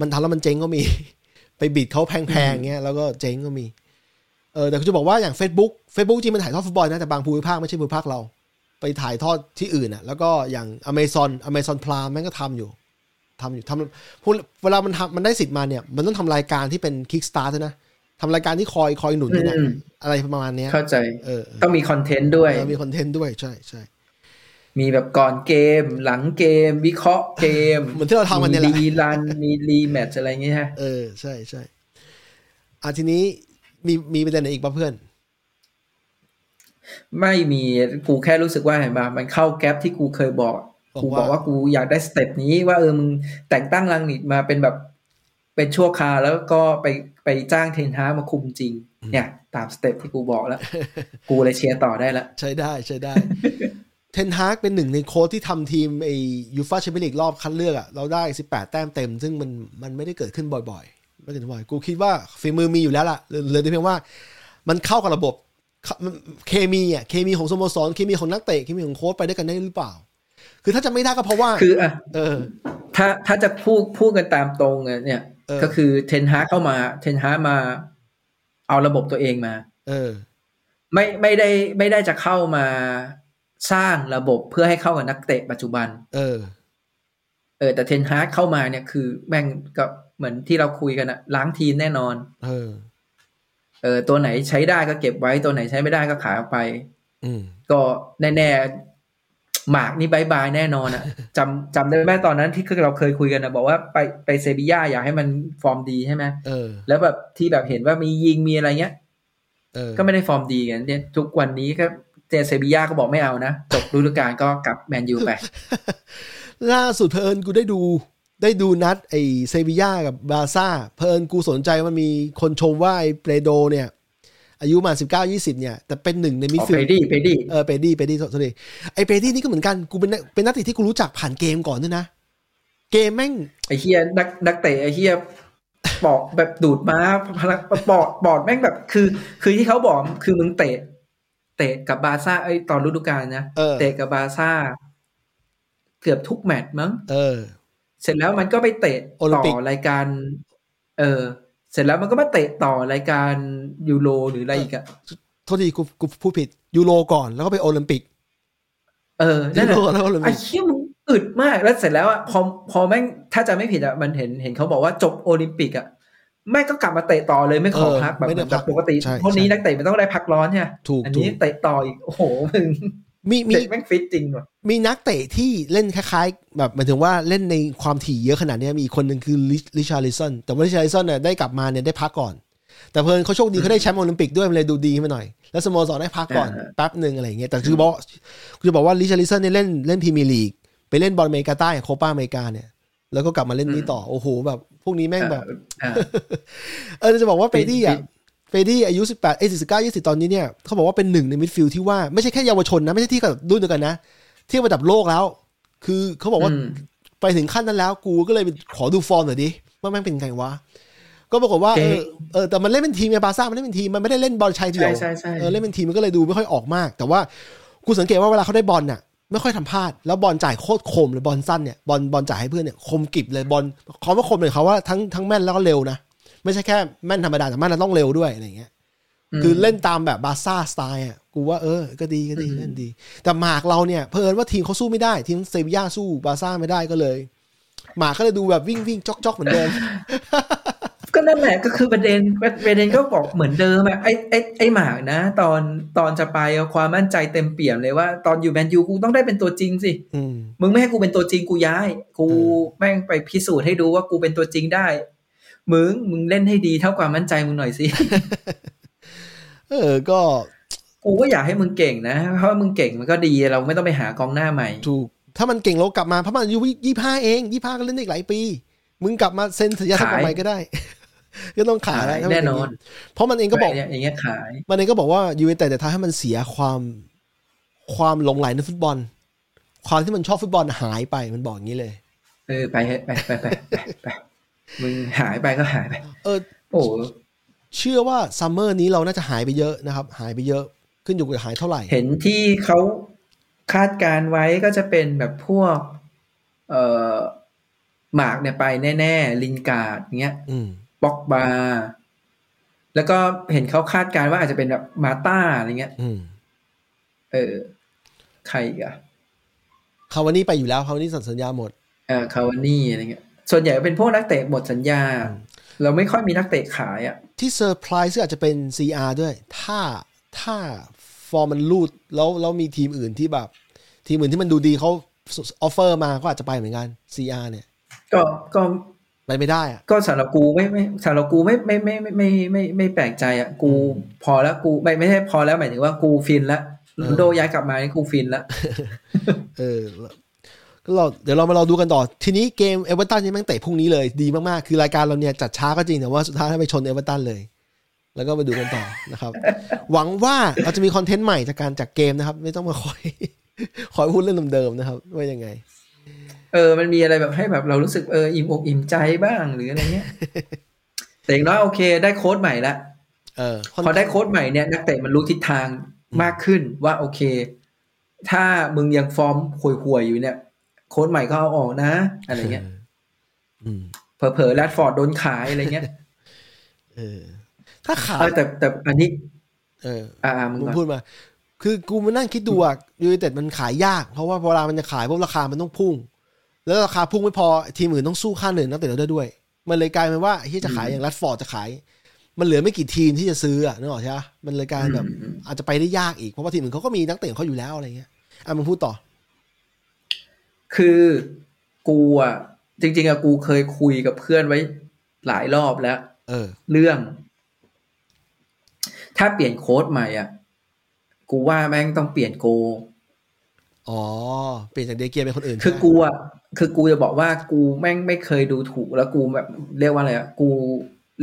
S1: มันทำแล้วมันเจ๊งก็มี ไปบิดเขาแพงๆเงี้ยแล้วก็เจ๊งก็มี เออแต่กูจะบอกว่าอย่าง Facebook Facebook จริงมันถ่ายทอดฟุตบอลนะ แต่บางภูมิภาคไม่ใช่ภูมิภาคเรา ไปถ่ายทอดที่อื่นอ่ะ แล้วก็อย่าง Amazon Amazon Prime แม่งก็ทำอยู่ทำอยู่ทำ พวกเวลามันทำมันได้สิทธิ์มาเนี่ย มันต้องทำรายการที่เป็น Kickstart ด้วยนะทำรายการที่คอยคอยหนุนด้วยนะ
S2: อืม
S1: อะไรประมาณเนี้ย
S2: เข้าใจ
S1: เออเออ
S2: ต้องมีคอนเทนต์ด้วย
S1: เออมีคอนเทนต์ด้วยใช่ใช่
S2: มีแบบก่อนเกม หลังเกม วิเคราะห์เกม
S1: เหมือนที่เราทำกันเนี่ยแห
S2: มี
S1: ละ
S2: รีรันมีรีแมตช์อะไรเงี้ยฮะ
S1: เออใช่ใช่อ่ะทีนี้มีมีประเด็นไหนอีกป่ะเพื่อน
S2: ไม่มีกูแค่รู้สึกว่าเห็นปะมันเข้าแก๊ปที่กูเคยบอก
S1: บอกว่า
S2: กูบอกว่ากูอยากได้สเต็ปนี้ว่าเออมึงแต่งตั้งลังนิดมาเป็นแบบเป็นชั่วคราวแล้วก็ไปไปจ้างเทนฮามาคุมจริง เนี่ย ตามสเต็ปที่กูบอกแล้ว กูเลยเชียร์ต่อได้ละ
S1: ใช้ได้ใช้ได้ เทนฮากเป็นหนึ่งในโค้ชที่ทำทีมไอยูฟาแชมเปี้ยนลีกรอบคัดเลือกอะเราได้ 18 แต้มเต็ม ซึ่งมันมันไม่ได้เกิดขึ้นบ่อยๆ ไม่เกิดขึ้นบ่อย กูคิดว่าฝีมือมีอยู่แล้วล่ะเหลือเหลือแต่เพียงว่า มันเข้ากับระบบเข้ามันเคมีอะเคมีของสโมสร เคมีของนักเตะ เคมีของโค้ชไปด้วยกันได้หรือเปล่า คือถ้าจะไม่ได้ก็เพราะว่า
S2: คืออ่ะ
S1: เออ
S2: ถ้าถ้าจะพูดพูดกันตามตรงอะเนี่ย
S1: เออ
S2: ก็คือเทนฮาเข้ามาเทนฮามา เอาระบบตัวเองมา
S1: เออ
S2: ไม่ไม่ได้ไม่ได้จะเข้ามาสร้างระบบเพื่อให้เข้ากับนักเตะปัจจุบัน
S1: เออ
S2: เออแต่เทนฮาเข้ามาเนี่ยคือแม่งก็เหมือนที่เราคุยกันอะล้างทีมแน่นอน
S1: เออ
S2: เออตัวไหนใช้ได้ก็เก็บไว้ตัวไหนใช้ไม่ได้ก็ขายออกไป
S1: อืม
S2: ก็แน่ๆหมากนี่บายบายแน่นอนอะจำจำได้ไหมตอนนั้นที่เราเคยคุยกันนะบอกว่าไปไปเซบีย่าอยากให้มันฟอร์มดีใช่ไหม
S1: เออ
S2: แล้วแบบที่แบบเห็นว่ามียิงมีอะไรเงี้ย
S1: เออ
S2: ก็ไม่ได้ฟอร์มดีกันเนี่ยทุกวันนี้ก็เจเซบียาก็บอกไม่เอานะ จบฤดูกาลก็กลับแมนยูไป
S1: ล่าสุดเพลินกูได้ดู ได้ดูนัดไอเซบีย่ากับบาร์ซ่าเพลินกูสนใจมันมีคนชมว่าไอเปโดเนี่ย อายุมาสิบเก้ายี่สิบเนี่ย แต่เป็นหนึ่งในมิด
S2: เอา
S1: ฟิล
S2: เพ
S1: ด์
S2: ดี้เพดี้
S1: เออเปดี้เปดี้สวัสดีไอเปดี้นี่ก็เหมือนกันกูเป็นนักเป็นนักเตะที่กูรู้จักผ่านเกมก่อนด้วยนะ เกมแม่ง
S2: ไอเฮียนักนักเตะไอเฮียปอกแบบดูดม้าพลังปอดปอดแม่งแบบคือ คือที่เขาบอกคือมึงเตะ เตะกับบาร์ซ่าไอยตอนฤดูกาลนะ
S1: เออ
S2: เตะกับบาร์ซ่า เกือบทุกแมตช์มั้ง
S1: เออ
S2: เสร็จแล้วมันก็ไปเตะ
S1: โอลิม
S2: ต่อ
S1: ปิก
S2: รายการ เออ เสร็จแล้วมันก็มาเตะต่อรายการยูโรหรืออะไรอีกอะ
S1: โทษทีกูกูพูดผิดยูโรก่อนแล้วก็ไปโอลิมปิก
S2: เออ
S1: ยู
S2: นั่นแห
S1: โร
S2: ละ
S1: แล้วโอลิม
S2: ไอ้
S1: ปิก
S2: เหี้ยมึงอึดมากแล้วเสร็จแล้วอะพอพอแม่งถ้าจะไม่ผิดอะมันเห็นเห็นเขาบอกว่าจบโอลิมปิกอะแม่งก็กลับมาเตะต่อเลยไม่ขอพักแบบ
S1: ไม่ได้
S2: แบ
S1: พั
S2: บปกติ
S1: ใช่
S2: พวกนี้
S1: ใช่
S2: นักเตะมันต้องได้พักร้อนใช่ไหม
S1: ถูก
S2: อัน
S1: ถู
S2: นี้
S1: ก
S2: เตะต่ออีกโอ้โหมึง
S1: มีมี
S2: เด็กแม่งฟิตจริงว่ะ
S1: มีนักเตะที่เล่นคล้ายๆ แบบหมายถึงว่าเล่นในความถี่เยอะขนาดเนี้ยมีอีกคนหนึ่งคือลิชาริสันแต่ว่าลิชาริสันเนี่ยได้กลับมาเนี่ยได้พักก่อน แต่เพลินเขาโชคดีเขาได้แชมป์โอลิมปิกด้วยมันเลยดูดีขึ้นมาหน่อย แล้วสโมสรได้พักก่อนแป๊บหนึ่งอะไรอย่างเงี้ยแต่คือบอกคือจะบอกว่าลิชาริสันเนี่ยเล่นเล่นพรีเมียร์ลีก ไปเล่นบอลอเมริกาใต้โคปาอเมริกาเนี่ย แล้วก็กลับมาเล่นนี้ต่อ โอ้โห แบบ พวกนี้แม่งแบบ
S2: อ่า
S1: เออจะบอกว่าเฟรดี้อ่ะ
S2: ฟิต
S1: เฟรดี้อายุ 18เอ้ย19 20 ตอนนี้เนี่ย เขาบอกว่าเป็นหนึ่งในมิดฟิลด์ที่ว่าไม่ใช่แค่เยาวชนนะ ไม่ใช่ที่กับรุ่นเดียวกันนะ เทียบระดับโลกแล้ว คือเขาบอกว่า
S2: อืม
S1: ไปถึงขั้นนั้นแล้วกูก็เลยไปขอดูฟอร์มหน่อยดิว่าแม่งเป็นไงวะ ก็ปรากฏว่าเออเออแต่มันเล่นเป็นทีมไงบาร์ซ่ามันเล่นเป็นทีมมันไม่ได้เล่นบอลชายเดี่ย
S2: ใช่
S1: ว
S2: ใช่ใช่
S1: เออเล่นเป็นทีมมันก็เลยดูไม่ค่อยออกมาก แต่ว่ากูสังเกตว่าเวลาเขาได้บอลน่ะไม่ค่อยทำพลาดแล้วบอลจ่ายโคตรคมเลยบอลสั้นเนี่ยบอลบอลจ่ายให้เพื่อนเนี่ยคมกริบเลยบอลคำว่าคมเลยเขาว่าทั้งทั้งแม่นแล้วก็เร็วนะไม่ใช่แค่แม่นธรรมดาแต่แม่นแล้วต้องเร็วด้วยอะไรอย่างเงี้ย
S2: ม
S1: คือเล่นตามแบบบาร์ซ่าสไตล์อ่ะกูว่าเออ ก็ดีก็ดี
S2: อืม
S1: เล่นดี แต่หมากเราเนี่ยเพอิญว่าทีมเขาสู้ไม่ได้ ทีมเซบีย่าสู้บาร์ซ่าไม่ได้ก็เลย หมากก็เลยดูแบบวิ่งวิ่งจอกจอกเหมือนเดิม
S2: ก็นั่นแหละก็คือประเด็นประเด็นก็บอกเหมือนเดิมอะไอไอไอหมากนะ ตอนตอนจะไปอะความมั่นใจเต็มเปี่ยมเลยว่าตอนอยู่แมนยูกูต้องได้เป็นตัวจริงสิ
S1: อืม
S2: มึงไม่ให้กูเป็นตัวจริงกูย้าย กู
S1: เออ
S2: แม่งไปพิสูจน์ให้ดูว่ากูเป็นตัวจริงได้ มึงมึงเล่นให้ดีเท่าความมั่นใจมึงหน่อยสิ
S1: เออ ก็
S2: กูก็อยากให้มึงเก่งนะเพราะว่ามึงเก่งมันก็ดีเราไม่ต้องไปหากองหน้าใหม่
S1: ถูก ถ้ามันเก่งแล้วกลับมาเพราะมันอายุยี่ห้าเองยี่ห้าก็เล่นได้อีกหลายปี มึงกลับมาเซ็นสัญญาสัก
S2: ขาย
S1: ใหม่ก็ได้ ก็ต้องขาย
S2: ขาย
S1: ถ้ามั
S2: แน่
S1: เป็ย่าง
S2: นอน
S1: เพราะมันเองก็บอก
S2: เนี่ยอย่างเงี้ยขาย
S1: มันเองก็บอกว่ายูเวนแต่แต่ท้ายให้มันเสียความ ความหลงใหลในฟุตบอล ความที่มันชอบฟุตบอลหายไปมันบอกอย่างนี้เลย
S2: เออไปเถอะไปไปไปไปไปมึงหายไปก็หายไป
S1: เออ
S2: โอ้โห
S1: เชื่อว่าซัมเมอร์นี้เราน่าจะหายไปเยอะนะครับ หายไปเยอะขึ้นอยู่กับหายเท่าไหร่
S2: เห็นที่เขาคาดการไว้ก็จะเป็นแบบพวก เอ่อหมากเนี่ยไปแน่ ๆ ลินการ์ดเงี้ย
S1: อืม
S2: บ็อกบาร์แล้วก็เห็นเขาคาดการณ์ว่าอาจจะเป็นแบบมาต้าอะไรเงี้ย
S1: อืม
S2: เออ ใครอีกอะ
S1: คาวานี่ไปอยู่แล้วคาวานี่สัญญาหมด
S2: เออคาวานี่อะไรเงี้ย ส่วนใหญ่เป็นพวกนักเตะหมดสัญญา
S1: อืม
S2: เราไม่ค่อยมีนักเตะขายอะ
S1: ที่เซอร์ไพรส์ก็อาจจะเป็น CR ด้วย ถ้าถ้าฟอร์มมันลูดแล้วแล้วมีทีมอื่นที่แบบ ทีมอื่นที่มันดูดีเขาออฟเฟอร์มาก็อาจจะไปเหมือนกัน CR เนี่ย
S2: ก็ก็
S1: ไปไม่ได้อะ
S2: ก็สำหรับกูไม่ไม่สำหรับกูไม่ไม่ไม่ไม่ไม่ไม่ไม่ไม่แปลกใจอะกูพอแล้วกูไม่ไม่ใช่พอแล้วหมายถึงว่ากูฟินละโรนลโดย้ายกลับมานี่กูฟินละ
S1: เออก็เราเดี๋ยวเรามารอดูกันต่อ ทีนี้เกมเอเวอร์ตันนี่แม่งเตะพรุ่งนี้เลยดีมากๆ คือรายการเราเนี่ยจัดช้าก็จริง แต่ว่าสุดท้ายให้ไปชนเอเวอร์ตันเลย แล้วก็มาดูกันต่อ นะครับ หวังว่าเราจะมีคอนเทนต์ใหม่จากการจากเกมนะครับ ไม่ต้องมาคอย คอยพูดเรื่องเดิมๆนะครับว่ายังไง
S2: เออ มันมีอะไรแบบให้แบบเรารู้สึกเอออิ่มอกอิ่มใจบ้างหรืออะไรเงี้ย แต่อย่างน้อยโอเคได้โค้ดใหม่ละ
S1: เออ
S2: พอได้โค้ดใหม่เนี่ยนักเตะมันรู้ทิศทางมากขึ้นว่าโอเค ถ้ามึงยังฟอร์มห่วยๆอยู่เนี่ย โค้ดใหม่ก็เอาออกนะ อะไรเงี้ย
S1: อืม
S2: เผลอๆแรดฟอร์ดโดนขายอะไร เงี้ย
S1: เออถ้าขาด
S2: เออแต่แต่อันนี้
S1: เออ
S2: อ่ามึง
S1: มึง
S2: ก่อน
S1: พูดมา คือกูมานั่งคิดดูอ่ะยูไนเต็ดมันขายยาก เพราะว่าเวลามันจะขายพวกราคามันต้องพุ่ง แล้วราคาพุ่งไม่พอ ทีมอื่นต้องสู้ค่าเหนื่อยนักเตะเราได้ด้วย มันเลยกลายเป็นว่าที่จะขายอย่างรัดฟอร์ดจะขาย มันเหลือไม่กี่ทีมที่จะซื้ออ่ะนึกออกใช่ไหมมันเลยกลายแบบ
S2: อืม
S1: อาจจะไปได้ยากอีก เพราะว่าทีมอื่นเขาก็มีนักเตะของเขาอยู่แล้วอะไรเงี้ยอ่ะมึงพูดต่อ
S2: คือกูอ่ะจริง ๆอะกูเคยคุยกับเพื่อนไว้หลายรอบแล้ว
S1: เออ
S2: เรื่อง ถ้าเปลี่ยนโค้ดใหม่อ่ะ กูว่าแม่งต้องเปลี่ยนโก
S1: อ๋อ เปลี่ยนจากเดเกียเป็นคนอื่น
S2: คือกูอ่ะคือกูจะบอกว่ากูแม่งไม่เคยดูถูกแล้วกูแบบเรียกว่าอะไรอ่ะ กู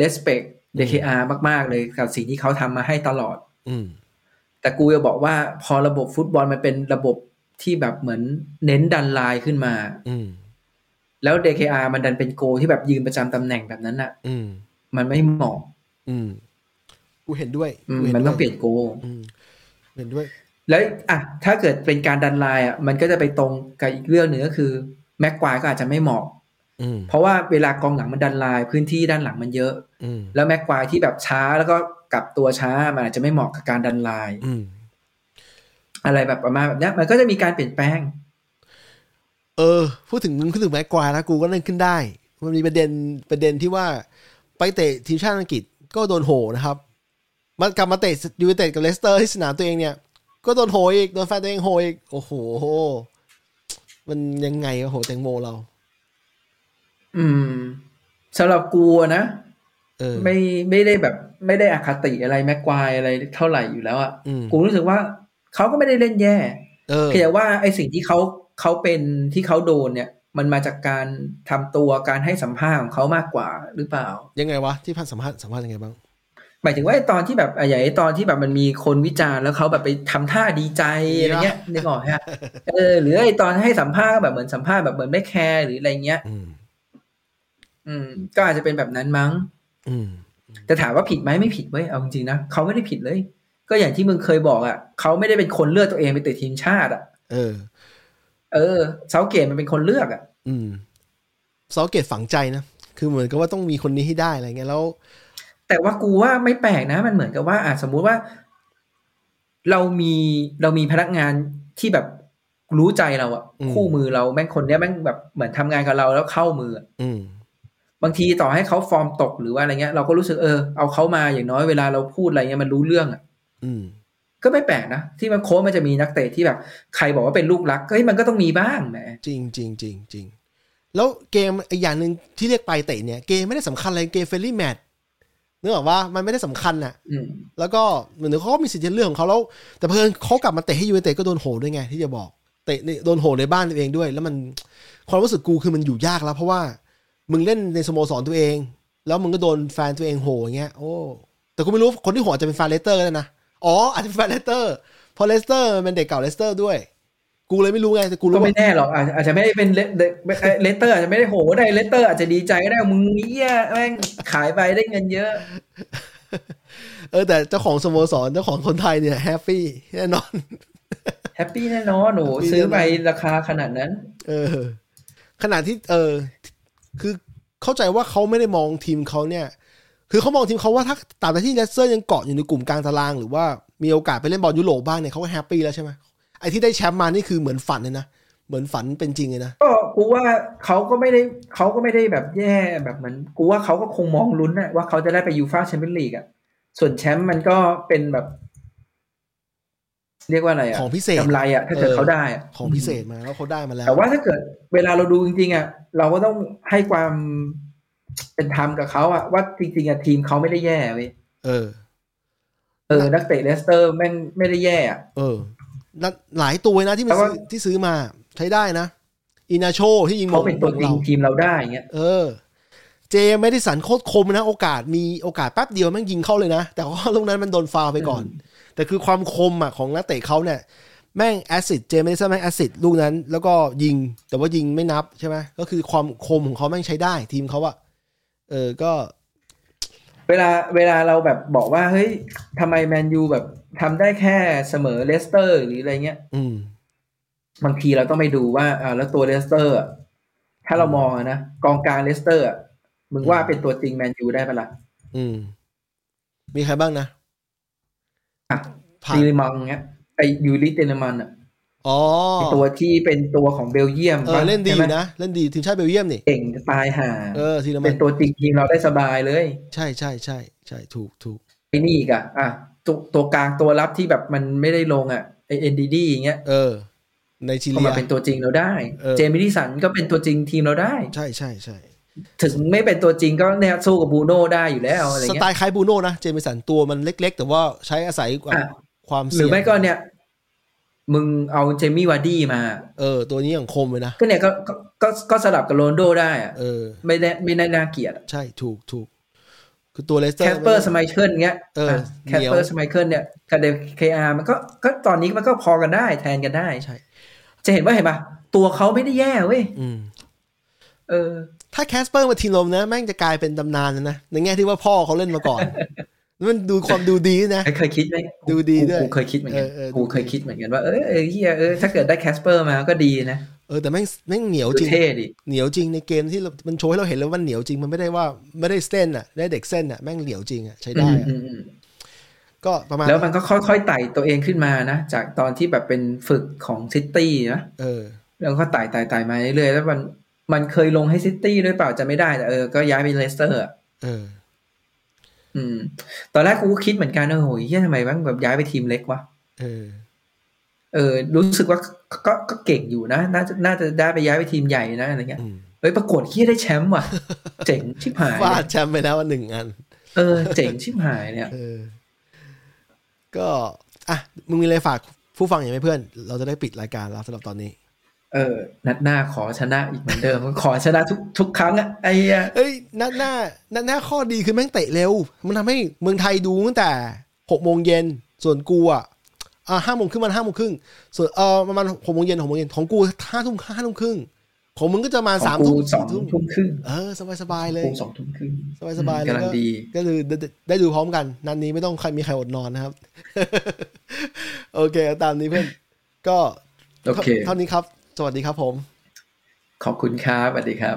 S2: respect DKR มาก ๆ เลยกับสิ่งที่เขาทำมาให้ตลอด
S1: อืม
S2: แต่กูจะบอกว่าพอระบบฟุตบอลมันเป็นระบบที่แบบเหมือนเน้นดันไลน์ขึ้นมา
S1: อืม
S2: แล้ว DKR มันดันเป็นโกลที่แบบยืนประจำตำแหน่งแบบนั้นอ่ะ
S1: อืม
S2: มันไม่เหมาะ
S1: อืม กูเห็นด้วย
S2: อืม
S1: กูห็
S2: มันต้อง
S1: ด้ว
S2: เปลี่ยนโกล
S1: อืมเห็นด้วย
S2: แล้วอ่ะถ้าเกิดเป็นการดันไลน์อ่ะมันก็จะไปตรงกับอีกเรื่องหนึ่งก็คือแม็กควายก็อาจจะไม่เหมาะ
S1: อืม
S2: เพราะว่าเวลากองหลังมันดันไลน์พื้นที่ด้านหลังมันเยอะ
S1: อืม
S2: แล้วแม็กควายที่แบบช้าแล้วก็กลับตัวช้ามันอาจจะไม่เหมาะกับการดันไลน์
S1: อืม
S2: อะไรแบบประมาณแบบเนี้ยมันก็จะมีการเปลี่ยนแปลง
S1: เออ พูดถึงนึงขึ้นถึงแม้กวาแล้วกูก็นั่งขึ้นได้ มันมีประเด็นประเด็นที่ว่าไปเตะทีมชาติอังกฤษก็โดนโหนะครับ มันกลับมาเตะยูไนเต็ดกับเลสเตอร์ที่สนามตัวเองเนี่ย ก็โดนโหอีก โดนแฟนตัวเองโหอีก โอ้โห มันยังไงวะโหแตงโมเรา
S2: อืมสำหรับกูอะนะ
S1: เออ
S2: ไม่ไม่ได้แบบไม่ได้อคติอะไรแม็กควายอะไรเท่าไหร่อยู่แล้วอ่ะ
S1: อืม
S2: กูรู้สึกว่าเขาก็ไม่ได้เล่นแย่
S1: เออ
S2: เพียงแต่ว่าไอสิ่งที่เขาเขาเป็นที่เขาโดนเนี่ย มันมาจากการทำตัวการให้สัมภาษณ์ของเขามากกว่าหรือเปล่า
S1: ยังไงวะ ที่พันสัมภาษณ์สัมภาษณ์ยังไงบ้าง
S2: หมายถึงว่าไอตอนที่แบบไอ้ใหญ่างไอ้ตอนที่แบบมันมีคนวิจารณ์แล้วเขาแบบไปทำท่าดีใจอะไรเงี้ยนึกออกไหมฮะเออหรือไอตอนให้สัมภาษณ์ก็แบบเหมือนสัมภาษณ์แบบเหมือนไม่แคร์หรืออะไรเงี้ย
S1: อืม
S2: อืม ก็อาจจะเป็นแบบนั้นมั้ง
S1: อืม
S2: แต่ถามว่าผิดไหมไม่ผิดเว้ยเอาจริงๆนะเขาไม่ได้ผิดเลย ก็อย่างที่มึงเคยบอกอ่ะเขาไม่ได้เป็นคนเลือกตัวเองไปติดทีมชาติอ่ะ
S1: เออ
S2: เออเซาเกตมันเป็นคนเลือกอ่ะ
S1: อืมซอเกตฝังใจนะ คือเหมือนกับว่าต้องมีคนนี้ให้ได้อะไรเงี้ย แล้ว
S2: แต่ว่ากูว่าไม่แปลกนะ มันเหมือนกับว่าอ่ะสมมุติว่า เรามีเรามีพนักงานที่แบบรู้ใจเราอะ
S1: อืม
S2: คู่มือเราแม่งคนเนี้ยแม่งแบบเหมือนทำงานกับเราแล้วเข้ามืออะ
S1: อืม
S2: บางทีต่อให้เขาฟอร์มตกหรือว่าอะไรเงี้ย เราก็รู้สึกเออเอาเขามาอย่างน้อยเวลาเราพูดอะไรเงี้ยมันรู้เรื่องอะ
S1: อืม
S2: ก็ไม่แปลกนะที่มันโค้ชมันจะมีนักเตะที่แบบ ใครบอกว่าเป็นลูกรักเฮ้ยมันก็ต้องมีบ้างแหม
S1: จริงจริงจริงจริงแล้วเกมอีกอย่างหนึ่งที่เรียกไปเตะเนี่ยเกมไม่ได้สำคัญอะไรเกมเฟรนลี่แมตช์นึกออกว่ามันไม่ได้สำคัญน่ะ
S2: อืม
S1: แล้วก็เหมือนเขาก็มีสิทธิ์จะเลือกของเขาแล้ว แต่เพิ่นเขากลับมาเตะให้ยูไนเต็ดก็โดนโหด้วยไงที่จะบอกเตะในโดนโหในบ้านตัวเองด้วย แล้วมันความรู้สึกกูคือมันอยู่ยากแล้ว เพราะว่ามึงเล่นในสโมสรตัวเอง แล้วมึงก็โดนแฟนตัวเองโหอย่างเงี้ยโอ้แต่กูไม่รู้คนที่โหอาจจะเป็นแฟนเลสเตอร์ก็ได้นะอ๋ออาจจะเป็นแฟนเลสเตอร์ เพราะเลสเตอร์มันเด็กเก่าเลสเตอร์ด้วย กูเลยไม่รู้ไงแต่กู
S2: ก็
S1: รู้
S2: ไม่
S1: ว่า
S2: แน่หรอกอาจอาจจะไม่ได้เป็นเลเลเลสเตอร์อาจจะไม่ได้โหได้เลสเตอร์อาจจะดีใจก็ได้มึงเหี้ยแม่งขายไปได้เงินเยอะ
S1: เออแต่เจ้าของสโมสรเจ้าของคนไทยเนี่ยแฮปปี้แน่นอน
S2: แฮปปี้แน่นอนโหนูซื้อไปราคาขนาดนั้น
S1: เออขณะที่เออคือเข้าใจว่าเขาไม่ได้มองทีมเขาเนี่ย คือเขามองทีมเขาว่าถ้าตราบใดที่เลสเตอร์ยังเกาะอยู่ในกลุ่มกลางตาราง หรือว่ามีโอกาสไปเล่นบอลยุโรปบ้างเนี่ยเขาก็แฮปปี้แล้วใช่ไหมไอ้ที่ได้แชมป์มานี่คือเหมือนฝันเลยนะเหมือนฝันเป็นจริงเลยนะ
S2: ก็กูว่าเขาก็ไม่ได้เขาก็ไม่ได้แบบแย่แบบเหมันกูว่าเขาก็คงมองลุ้นนะว่าเขาจะได้ไปยูฟ่าแชมเปี้ยนลีกอ่ะส่วนแชมป์มันก็เป็นแบบ เรียกว่าอะไรอ่ะ
S1: ของพิเศษ
S2: กำไรอ่ะถ้าเกิด
S1: เออ
S2: เขาได้ะ
S1: ของพิเศษมาแล้วเขาได้มาแล้ว
S2: แต่ว่าถ้าเกิดเวลาเราดูจริงๆอ่ะเราก็ต้องให้ความเป็นธรรมกับเขาอ่ะว่าจริงๆอ่ะทีมเขาไม่ได้แย่เว้ย
S1: เออ
S2: เออนักเตะเลสเตอร์แม่งไม่ได้แย่อ่ะ
S1: เออแล้วหลายตัวนะที่มัน
S2: แต่ว่า
S1: ซื้อที่ซื้อมาใช้ได้นะอินาโชที่ยิง
S2: เขาเป็นตัว
S1: ข
S2: จริง
S1: รา
S2: ทีมเราได้อย่างเงี้ย
S1: เออ เจมไม่ได้สันโคตรคมนะ โอกาสมีโอกาสแป๊บเดียวแม่งยิงเข้าเลยนะ แต่ว่าลูกนั้นมันโดนฟาวล์ไปก่อน แต่คือความคมอ่ะของนักเตะเขาเนี่ย แม่งแอสซิดเจมไม่ได้แม่งแอสซิดลูกนั้น แล้วก็ยิง แต่ว่ายิงไม่นับใช่ไหมก็คือความคมของเขาแม่งใช้ได้ ทีมเขาอะเออก็
S2: เวลาเวลาเราแบบบอกว่าเฮ้ยทำไมแมนยูแบบทำได้แค่เสมอเลสเตอร์หรืออะไรเงี้ย
S1: อืม
S2: บางทีเราต้องไปดูว่าอ่าแล้วตัวเลสเตอร์อะถ้าเรามองอะนะกองกลางเลสเตอร์อะมึงว่าเป็นตัวจริงแมนยูได้ปะล่ะ
S1: อืม มีใครบ้างนะ
S2: อ่ะ
S1: ผ่าน
S2: ตีลิมังเงี้ยไอยูริเตนมันอะ
S1: อ๋อ
S2: ไอ้ตัวที่เป็นตัวของเบลเยียม
S1: เออ
S2: ปะ
S1: เล่นดีอ
S2: ใช่
S1: ยู่
S2: ไหม
S1: นะเล่นดีทีมชาติเบลเยียมนี่
S2: เก่งจะตายห่า
S1: เออทีละมั
S2: เป็นนตัวจริงทีมเราได้สบายเลย
S1: ใช่ใช่ใช่ใช่ถูกถูก
S2: ไอ้นี่อีกอะอ่ะตัวตัวกลางตัวรับที่แบบมันไม่ได้ลงอะไอเอ็นดีดีอย่างเงี้ย
S1: เออ ในชิ
S2: ก็
S1: ลี
S2: มา
S1: อะ
S2: เป็นตัวจริงเราได้
S1: เออ
S2: เจมี่ดิสันก็เป็นตัวจริงทีมเราได้
S1: ใช่ใช่ใช่
S2: ถึงไม่เป็นตัวจริงก็เนี่ยสู้กับบูโน่ได้อยู่แล้วอะไร
S1: ส
S2: เงี้ย
S1: ไตล์คล้ายบูโน่นะ เจมิสันตัวมันเล็ก ๆ แต่ว่าใช้อาศัยกับ
S2: อ่ะ
S1: ความ
S2: ห
S1: เสี่ยง
S2: รือไม่ก็เนี่ย มึงเอาเจมี่วาร์ดี้มา
S1: เออ ตัวนี้อย่างคมเลยนะ
S2: ก็เนี่ยก็ก็ก็ก็สลับกับโรนลโดได้อะ
S1: เออ
S2: ไม่ได้ไม่ได้น่าเกลียดอะ
S1: ใช่ถูกถูกคือตัวเลสเตอ
S2: แค
S1: ร์
S2: สเปอร์สไมเคิลเงี้ย
S1: เออ
S2: แคส
S1: เหนียว
S2: เปอร์สไมเคิลเนี่ยกับเดคอาร์มันก็ก็ตอนนี้มันก็พอกันได้แทนกันได้
S1: ใช่
S2: จะเห็นว่าเห็นปะตัวเขาไม่ได้แย่เว้ย
S1: อืม
S2: เออ
S1: ถ้าแคสเปอร์มาทีมลมนะ แม่งจะกลายเป็นตำนานเลยนะ ในแง่ที่ว่าพ่อเขาเล่นมาก่อน มันดูความดูดีนะ
S2: เคยคิดไหม
S1: ดูดีด้วย
S2: กูเคยคิดเหมือนกัน
S1: เออเออ
S2: กูเคยคิดเหมือนกันว่าเออเออเฮียเออถ้าเกิดได้แคสเปอร์มาก็ดีนะ
S1: เออแต่แม่งแม่งเหนียว
S2: ดู
S1: จริง
S2: เท่ดิ
S1: เหนียวจริงในเกมที่เรามันโชว์ให้เราเห็นเลยว่าเหนียวจริงมันไม่ได้ว่าไม่ได้เส้นอ่ะ ได้เด็กเส้นอ่ะแม่งเหนียวจริงอ่ะใช้ได้อะ
S2: อืมอืมอืม
S1: ก็ประมาณ
S2: แล้วมันก็ค่อยๆไต่ตัวเองขึ้นมานะ จากตอนที่แบบเป็นฝึกของซิตี้นะ
S1: เออ
S2: แล้วก็ไต่ไต่ไต่มาเรื่อยๆแล้วมันมันเคยลงให้ซิตี้ด้วยเปล่าจะไม่ได้แต่เออก็ย้ายไปเลสเตอร์อะ
S1: เออ
S2: อืม ตอนแรกกูก็คิดเหมือนกันนะโหยเฮียทำไมบ้างแบบย้ายไปทีมเล็กวะ
S1: เออ
S2: เออ รู้สึกว่าก็ก็ก็เก่งอยู่นะน่าจะน่าจะได้ไปย้ายไปทีมใหญ่นะอะไรเงี้ย
S1: อืม
S2: เฮ้ยปรากฏเฮียได้แชมป์ ว่ะ เจ๋งชิบหาย
S1: ฟาดแชมป์ไปแล้วอันหนึ่งอัน
S2: เออเจ๋งชิบหายเนี่ย
S1: เออ ก็ อ่ะ มึงมีอะไรฝากผู้ฟังอย่างไหมเพื่อน เราจะได้ปิดรายการแล้วสำหรับตอนนี้
S2: เออ นัดหน้าขอชนะอีกเหมือนเดิมขอชนะทุกทุกครั้งอะไอ้เหี้ย
S1: เอ้ย นัดหน้า นัดหน้าข้อดีคือแม่งเตะเร็ว มันทำให้เมืองไทยดูตั้งแต่หกโมงเย็น ส่วนกูอ่ะอ่าห้าโมงครึ่งมันห้าโมงครึ่ง ส่วนเออประมาณหกโมงเย็นหกโมงเย็นของกูห้าทุ่มห้าทุ่มครึ่ง ของมึงก็จะมา
S2: ของ
S1: สาม
S2: กู
S1: ทุ่ม
S2: สอง
S1: สี่ทุ่ม
S2: ทุ่มครึ่ง
S1: เออ สบายสบายๆเลย
S2: กูสองทุ่มครึ่ง
S1: สบายๆเลย
S2: กำลัง
S1: ก็
S2: ดี
S1: ก็คือได้ได้ดูพร้อมกัน นัดนนี้ไม่ต้องใครมีใครอดนอนนะครับ โอเคเอาตามนี้เพื่อน ก็
S2: โอเค
S1: เท่านี้ครับ สวัสดีครับผม
S2: ขอบคุณครับสวัสดีครับ